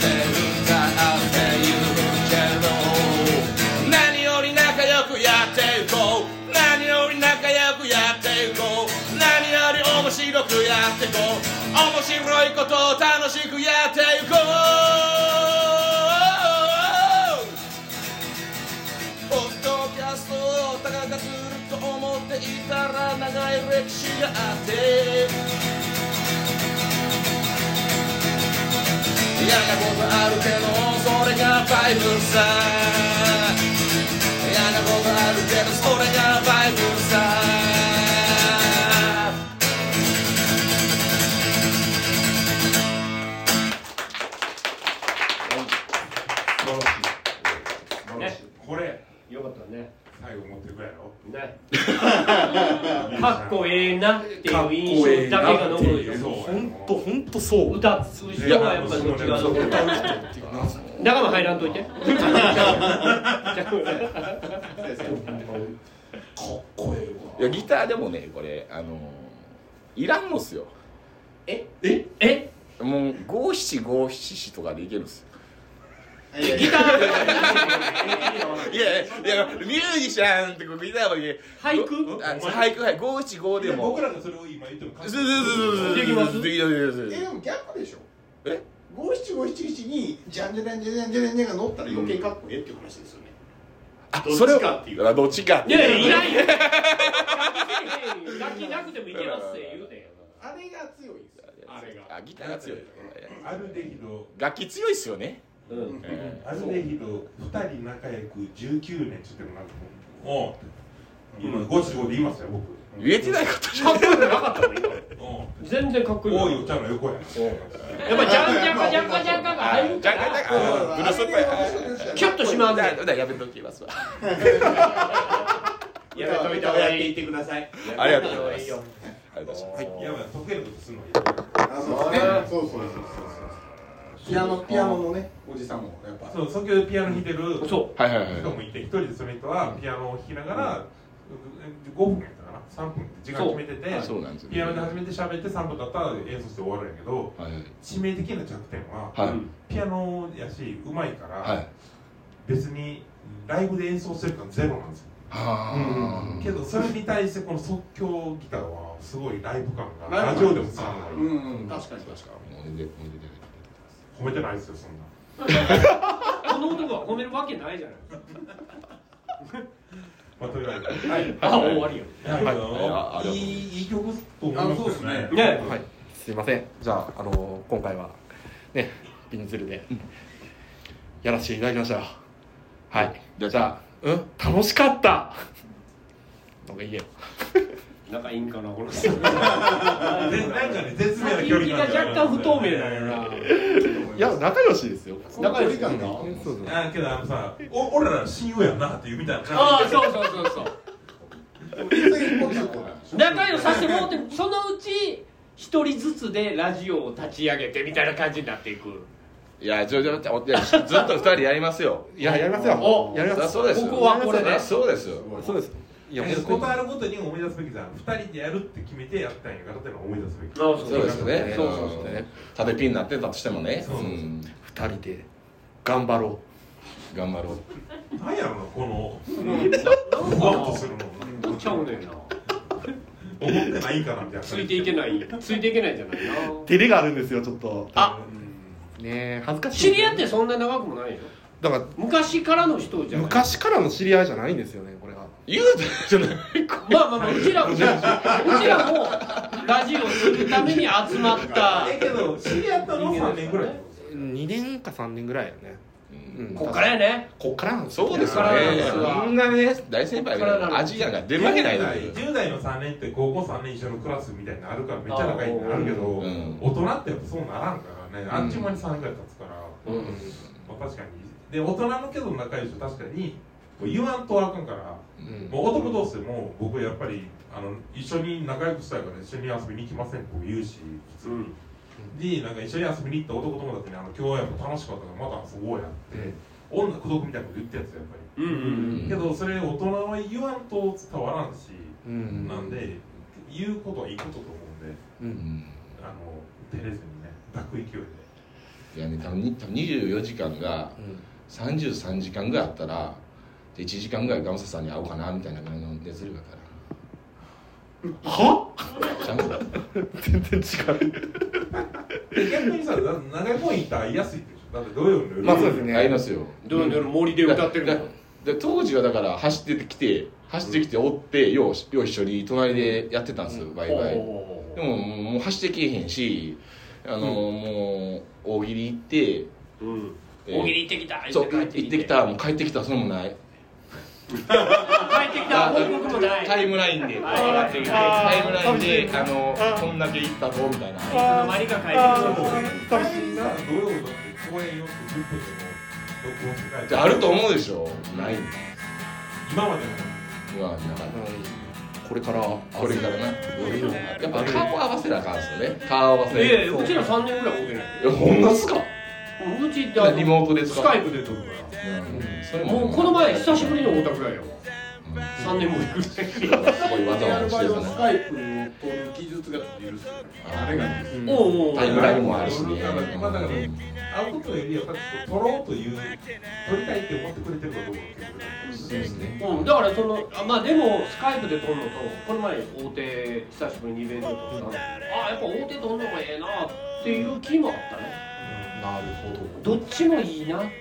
[SPEAKER 1] てるだって言うけど何より仲良くやっていこう何より仲良くやっていこう何より面白くやっていこう面白いことを楽しくやっていこうポッドキャストをたかがずると思っていたら長い歴史があって嫌なことあるけどそれがバイブさ嫌なことあるけどそれがバイブさ
[SPEAKER 4] これ
[SPEAKER 6] よかったね
[SPEAKER 4] 最後持ってくやろ
[SPEAKER 6] ねかっこええなっていう印象だけが残るでしょ
[SPEAKER 2] 本当本当そう
[SPEAKER 6] 歌う人はやっぱり違う
[SPEAKER 2] 歌う人っていうな
[SPEAKER 6] 仲間入らんと いて
[SPEAKER 10] いやギターでもねこれあのいらんのっすよ
[SPEAKER 6] え
[SPEAKER 10] もう五七五七七とかでいけるんですよ
[SPEAKER 5] ギター
[SPEAKER 10] いやいやいやミュージシャンってこうギターまで
[SPEAKER 6] 俳句
[SPEAKER 10] あ俳句はい五七五でも
[SPEAKER 4] 僕らがそれを今言っても
[SPEAKER 10] ずずずずず
[SPEAKER 6] できます
[SPEAKER 10] できますできますで
[SPEAKER 5] え
[SPEAKER 10] き
[SPEAKER 5] で
[SPEAKER 10] ます
[SPEAKER 5] も逆でしょ
[SPEAKER 10] え
[SPEAKER 5] 五七五七七にじゃんじゃらんじゃらんじゃらんじゃらんが乗ったら余計かっこええっていう話ですよね、
[SPEAKER 10] あ
[SPEAKER 5] どっちか
[SPEAKER 10] それを
[SPEAKER 5] っていう
[SPEAKER 10] だらどっちか
[SPEAKER 6] いやいやいないよ楽器なくてもいけますって言うね
[SPEAKER 5] あれが強いんですよあれが
[SPEAKER 10] あギターが強い
[SPEAKER 4] アルデヒド
[SPEAKER 10] 楽器強いっすよね
[SPEAKER 6] うん
[SPEAKER 10] うん
[SPEAKER 4] アルデヒド2人仲良く19年ちょっともなんかもう今五七五で言いますよ僕
[SPEAKER 10] 言えてないことじゃ
[SPEAKER 6] かっこよくなかったもん今
[SPEAKER 4] おう
[SPEAKER 6] 全然かっこ
[SPEAKER 4] 多い
[SPEAKER 6] よ
[SPEAKER 4] お茶の横や
[SPEAKER 6] くやっぱジャンジャカジャカジャカが入る
[SPEAKER 10] じ
[SPEAKER 6] か
[SPEAKER 10] ゃんかん
[SPEAKER 6] ら
[SPEAKER 10] じゃんかんブルースっぽい
[SPEAKER 6] キュッとしまう
[SPEAKER 10] だ
[SPEAKER 6] ね
[SPEAKER 10] だやめときますわ
[SPEAKER 6] やめといた方がいい
[SPEAKER 5] てください
[SPEAKER 10] ありがとうございます
[SPEAKER 6] よ
[SPEAKER 10] ありがとうございます
[SPEAKER 4] いやばい得意なことするの
[SPEAKER 5] あそうですねそうそうそうそうピアノピアノのねおじさんもやっぱ
[SPEAKER 4] そう即興でピアノ弾いてる
[SPEAKER 6] そ
[SPEAKER 10] はいはいはい
[SPEAKER 4] 人もいて一人でその人はピアノを弾きながら5分やったかな3分って時間決めて
[SPEAKER 10] あ
[SPEAKER 4] て
[SPEAKER 10] そうなんですよね
[SPEAKER 4] ピアノで初めて喋って3分だったら演奏して終わるんやけど
[SPEAKER 10] はいはい
[SPEAKER 4] 致命的な弱点
[SPEAKER 10] はい
[SPEAKER 4] はピアノやしうまいか
[SPEAKER 10] はい
[SPEAKER 4] ら別にライブで演奏する感ゼロなんですよ
[SPEAKER 10] はあ
[SPEAKER 4] けどそれに対してこの即興ギターはすごいライブ感がラジオでも伝わ
[SPEAKER 5] う
[SPEAKER 4] るのよ
[SPEAKER 5] んうん確かに確か
[SPEAKER 10] もう全然もう全然
[SPEAKER 4] 褒めてないですよそんな
[SPEAKER 6] うこの男は褒めるわけないじゃない
[SPEAKER 4] まあとりあえず
[SPEAKER 6] あ終わりよ
[SPEAKER 4] はいいいいい曲と思いますよね
[SPEAKER 6] ね
[SPEAKER 2] はい、すいません。じゃあ、あの今回は、ね、ビンズルで、やらせていただきましたよ。はい。
[SPEAKER 10] じゃあ
[SPEAKER 2] じゃあ、うん楽しかったなんか言えよ。
[SPEAKER 6] 仲いいんかなこの人
[SPEAKER 4] でなんかね絶妙な
[SPEAKER 6] 先
[SPEAKER 4] 距離
[SPEAKER 6] 行きが
[SPEAKER 4] 感
[SPEAKER 6] 若干不透明だよな
[SPEAKER 5] に
[SPEAKER 2] いや、仲良しですよ。
[SPEAKER 5] この距離感が
[SPEAKER 2] そうそう。
[SPEAKER 4] あーけどあのさお俺ら親友やなっていうみたいな感
[SPEAKER 6] ああそうそうそうそう
[SPEAKER 5] 別に一歩ずつこう
[SPEAKER 6] 仲良くさせてもらってそのうち一人ずつでラジオを立ち上げてみたいな感じになっていく
[SPEAKER 10] いやちょちょちょいやずっと二人やりますよ
[SPEAKER 2] いや、やりますよ。
[SPEAKER 6] お
[SPEAKER 2] やります。
[SPEAKER 10] そうですよ
[SPEAKER 6] ここはこれで
[SPEAKER 10] そうですよ
[SPEAKER 2] そうです。い
[SPEAKER 4] じ
[SPEAKER 2] や、
[SPEAKER 4] だけど
[SPEAKER 2] 本当
[SPEAKER 4] 断
[SPEAKER 2] に。
[SPEAKER 4] るごとに思い出すべきじゃん二人でやるって決めてやったんやからっていうのを思い出すべき
[SPEAKER 6] そうそう
[SPEAKER 10] そうですよね
[SPEAKER 6] そうそうそう
[SPEAKER 10] うん縦ピンになってたとしてもね
[SPEAKER 4] そうそうそうん
[SPEAKER 2] 二人で、頑張ろ
[SPEAKER 10] 頑張ろう
[SPEAKER 4] 何やろなこのふわっとす
[SPEAKER 6] な
[SPEAKER 4] るの思
[SPEAKER 6] んかちゃうねんな
[SPEAKER 4] ってないんかなみたいな
[SPEAKER 6] ついていけないついていけないんじゃないな
[SPEAKER 2] う。照れがあるんですよ、ちょっと。
[SPEAKER 6] あ
[SPEAKER 2] ねえ恥ずかしい。
[SPEAKER 6] 知り合ってそんな長くもないよ
[SPEAKER 2] だか
[SPEAKER 6] 昔からの人
[SPEAKER 2] ら、
[SPEAKER 6] じゃない
[SPEAKER 2] 昔からの知り合いじゃないんですよね、これが。
[SPEAKER 10] 言うたじゃない
[SPEAKER 6] まあまあまあうちらもうちらもラジオするために集まった
[SPEAKER 4] えけど知り合ったの3年ぐらいってこと
[SPEAKER 2] 2年か3年ぐらいやね。うん
[SPEAKER 6] こっからやね
[SPEAKER 2] こっからなんですよ
[SPEAKER 10] そうです
[SPEAKER 6] こ
[SPEAKER 10] よ
[SPEAKER 6] っからなん
[SPEAKER 10] ね
[SPEAKER 6] ですわ
[SPEAKER 10] みんなね大先輩
[SPEAKER 6] こっからなん
[SPEAKER 10] が
[SPEAKER 6] です
[SPEAKER 10] アジアが出るわけないな
[SPEAKER 4] 10代の3年って高校3年一緒のクラスみたいなのあるからめっちゃ仲いいってなるけど、
[SPEAKER 10] ん
[SPEAKER 4] 大人ってやっぱそうならんからね、あっちゅう間に3年ぐらい経つから、
[SPEAKER 6] うん
[SPEAKER 4] まあ、確かにで大人のけど仲良い人確かにもう言わんとあかんから、
[SPEAKER 2] うん
[SPEAKER 4] もう男同士でも僕やっぱりあの一緒に仲良くしたいから一緒に遊びに行きませんって僕言うし普通に。でなんか一緒に遊びに行った男友達に「あの今日はやっぱ楽しかったからまた遊ぼうや」って女口説くみたいなこと言ってるんですよやっぱり。
[SPEAKER 6] うんうん
[SPEAKER 4] けどそれ大人は言わんと伝わらんし、
[SPEAKER 2] うん
[SPEAKER 4] なんで言うことはいいことと思うんで
[SPEAKER 2] うん
[SPEAKER 4] あの照れずにね抱く勢いで
[SPEAKER 1] いやね多分に多分24時間が33時間ぐらいあったらで1時間ぐらいガムサさんに会おうかなみたいな感じの熱量だからはちゃんと
[SPEAKER 2] 全然違う
[SPEAKER 4] 逆にさな 長い方いたら安いでしょだってどういうの
[SPEAKER 2] まあそうですね
[SPEAKER 1] 会いますよ
[SPEAKER 6] どういうの森で歌ってる
[SPEAKER 1] だ
[SPEAKER 6] の
[SPEAKER 1] だ当時はだから走ってきて走ってきて追ってようよう一緒に隣でやってたんですよバイバイでももうもう走ってけえへんしあの、もう大喜利行って
[SPEAKER 6] うん
[SPEAKER 1] えー
[SPEAKER 6] 大喜利行ってきた
[SPEAKER 1] そう行ってきたもう帰ってきたそれもない
[SPEAKER 6] 帰ってきた報告もない
[SPEAKER 1] タイムラインで
[SPEAKER 6] はい
[SPEAKER 1] 上がってきてタイムラインであのこんだけ行ったぞみたいない
[SPEAKER 6] つの間にか帰ってくる
[SPEAKER 4] 大変な土曜の公演よく10分でも録音して帰っ
[SPEAKER 1] で
[SPEAKER 4] て
[SPEAKER 1] あると思うでしょないんだ
[SPEAKER 4] 今までの
[SPEAKER 1] うわなかった
[SPEAKER 2] これから
[SPEAKER 1] これからなやっぱ顔合わせなあかんですよね顔合わせ
[SPEAKER 6] いやいやうちら3年ぐらい会うてない
[SPEAKER 1] いやほんまっすか
[SPEAKER 6] うちってあの
[SPEAKER 1] リモートです
[SPEAKER 6] ス
[SPEAKER 1] か
[SPEAKER 6] カイプで撮るか
[SPEAKER 1] うんそれ
[SPEAKER 6] ら
[SPEAKER 1] も
[SPEAKER 6] もうこの前久しぶりに会うたぐらいよ
[SPEAKER 1] うん
[SPEAKER 6] 3年ぶりぐらい
[SPEAKER 1] すごいわざわざしてた
[SPEAKER 5] ス
[SPEAKER 1] ね
[SPEAKER 5] カイプを取る技術が許すあれがね
[SPEAKER 6] おうおう
[SPEAKER 1] タイムラインもあるしね
[SPEAKER 4] まあだから会うことよりは撮ろうという撮りたいって思ってくれてるかどうかっていうことだよね
[SPEAKER 6] うん、だからそのあまあでもスカイプで撮るのとこの前大手久しぶりにイベント撮ったの、あやっぱ大手撮るのがええなっていう気もあったね
[SPEAKER 2] なるほど
[SPEAKER 6] どっちもいいな
[SPEAKER 4] まあま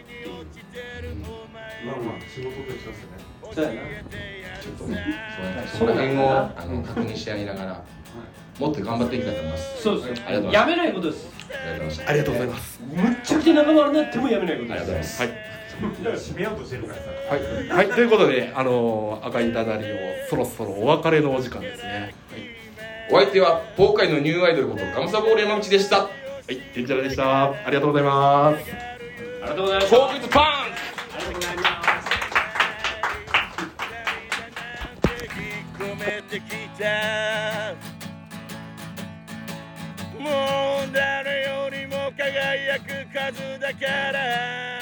[SPEAKER 4] あ仕事と一緒ですね
[SPEAKER 6] そうやな
[SPEAKER 1] ちょっとその辺をあの確認し合いながらもっと頑張っていきたいと思います
[SPEAKER 6] そうです
[SPEAKER 1] ありがとうござい
[SPEAKER 6] や
[SPEAKER 1] ま
[SPEAKER 6] めないことです
[SPEAKER 1] すありがとうございました
[SPEAKER 2] ありがとうございます
[SPEAKER 6] むっちゃくちゃ仲間になってもやめないこと
[SPEAKER 1] ありが
[SPEAKER 6] で
[SPEAKER 1] とうご
[SPEAKER 6] す
[SPEAKER 1] ざいます
[SPEAKER 4] だから締めようとしてるからさ
[SPEAKER 2] はい、はい、ということで、あのー、赤いダダリをそろそろお別れのお時間ですね。
[SPEAKER 1] お相手はポーカイのニューアイドルことガムサボール山口でした
[SPEAKER 2] はい、デンジャラでした。ありがとうございます。
[SPEAKER 6] ありがとうございます
[SPEAKER 1] コービズパンク
[SPEAKER 6] ありがとうございます
[SPEAKER 11] 込めてきたもう誰よりも輝く数だから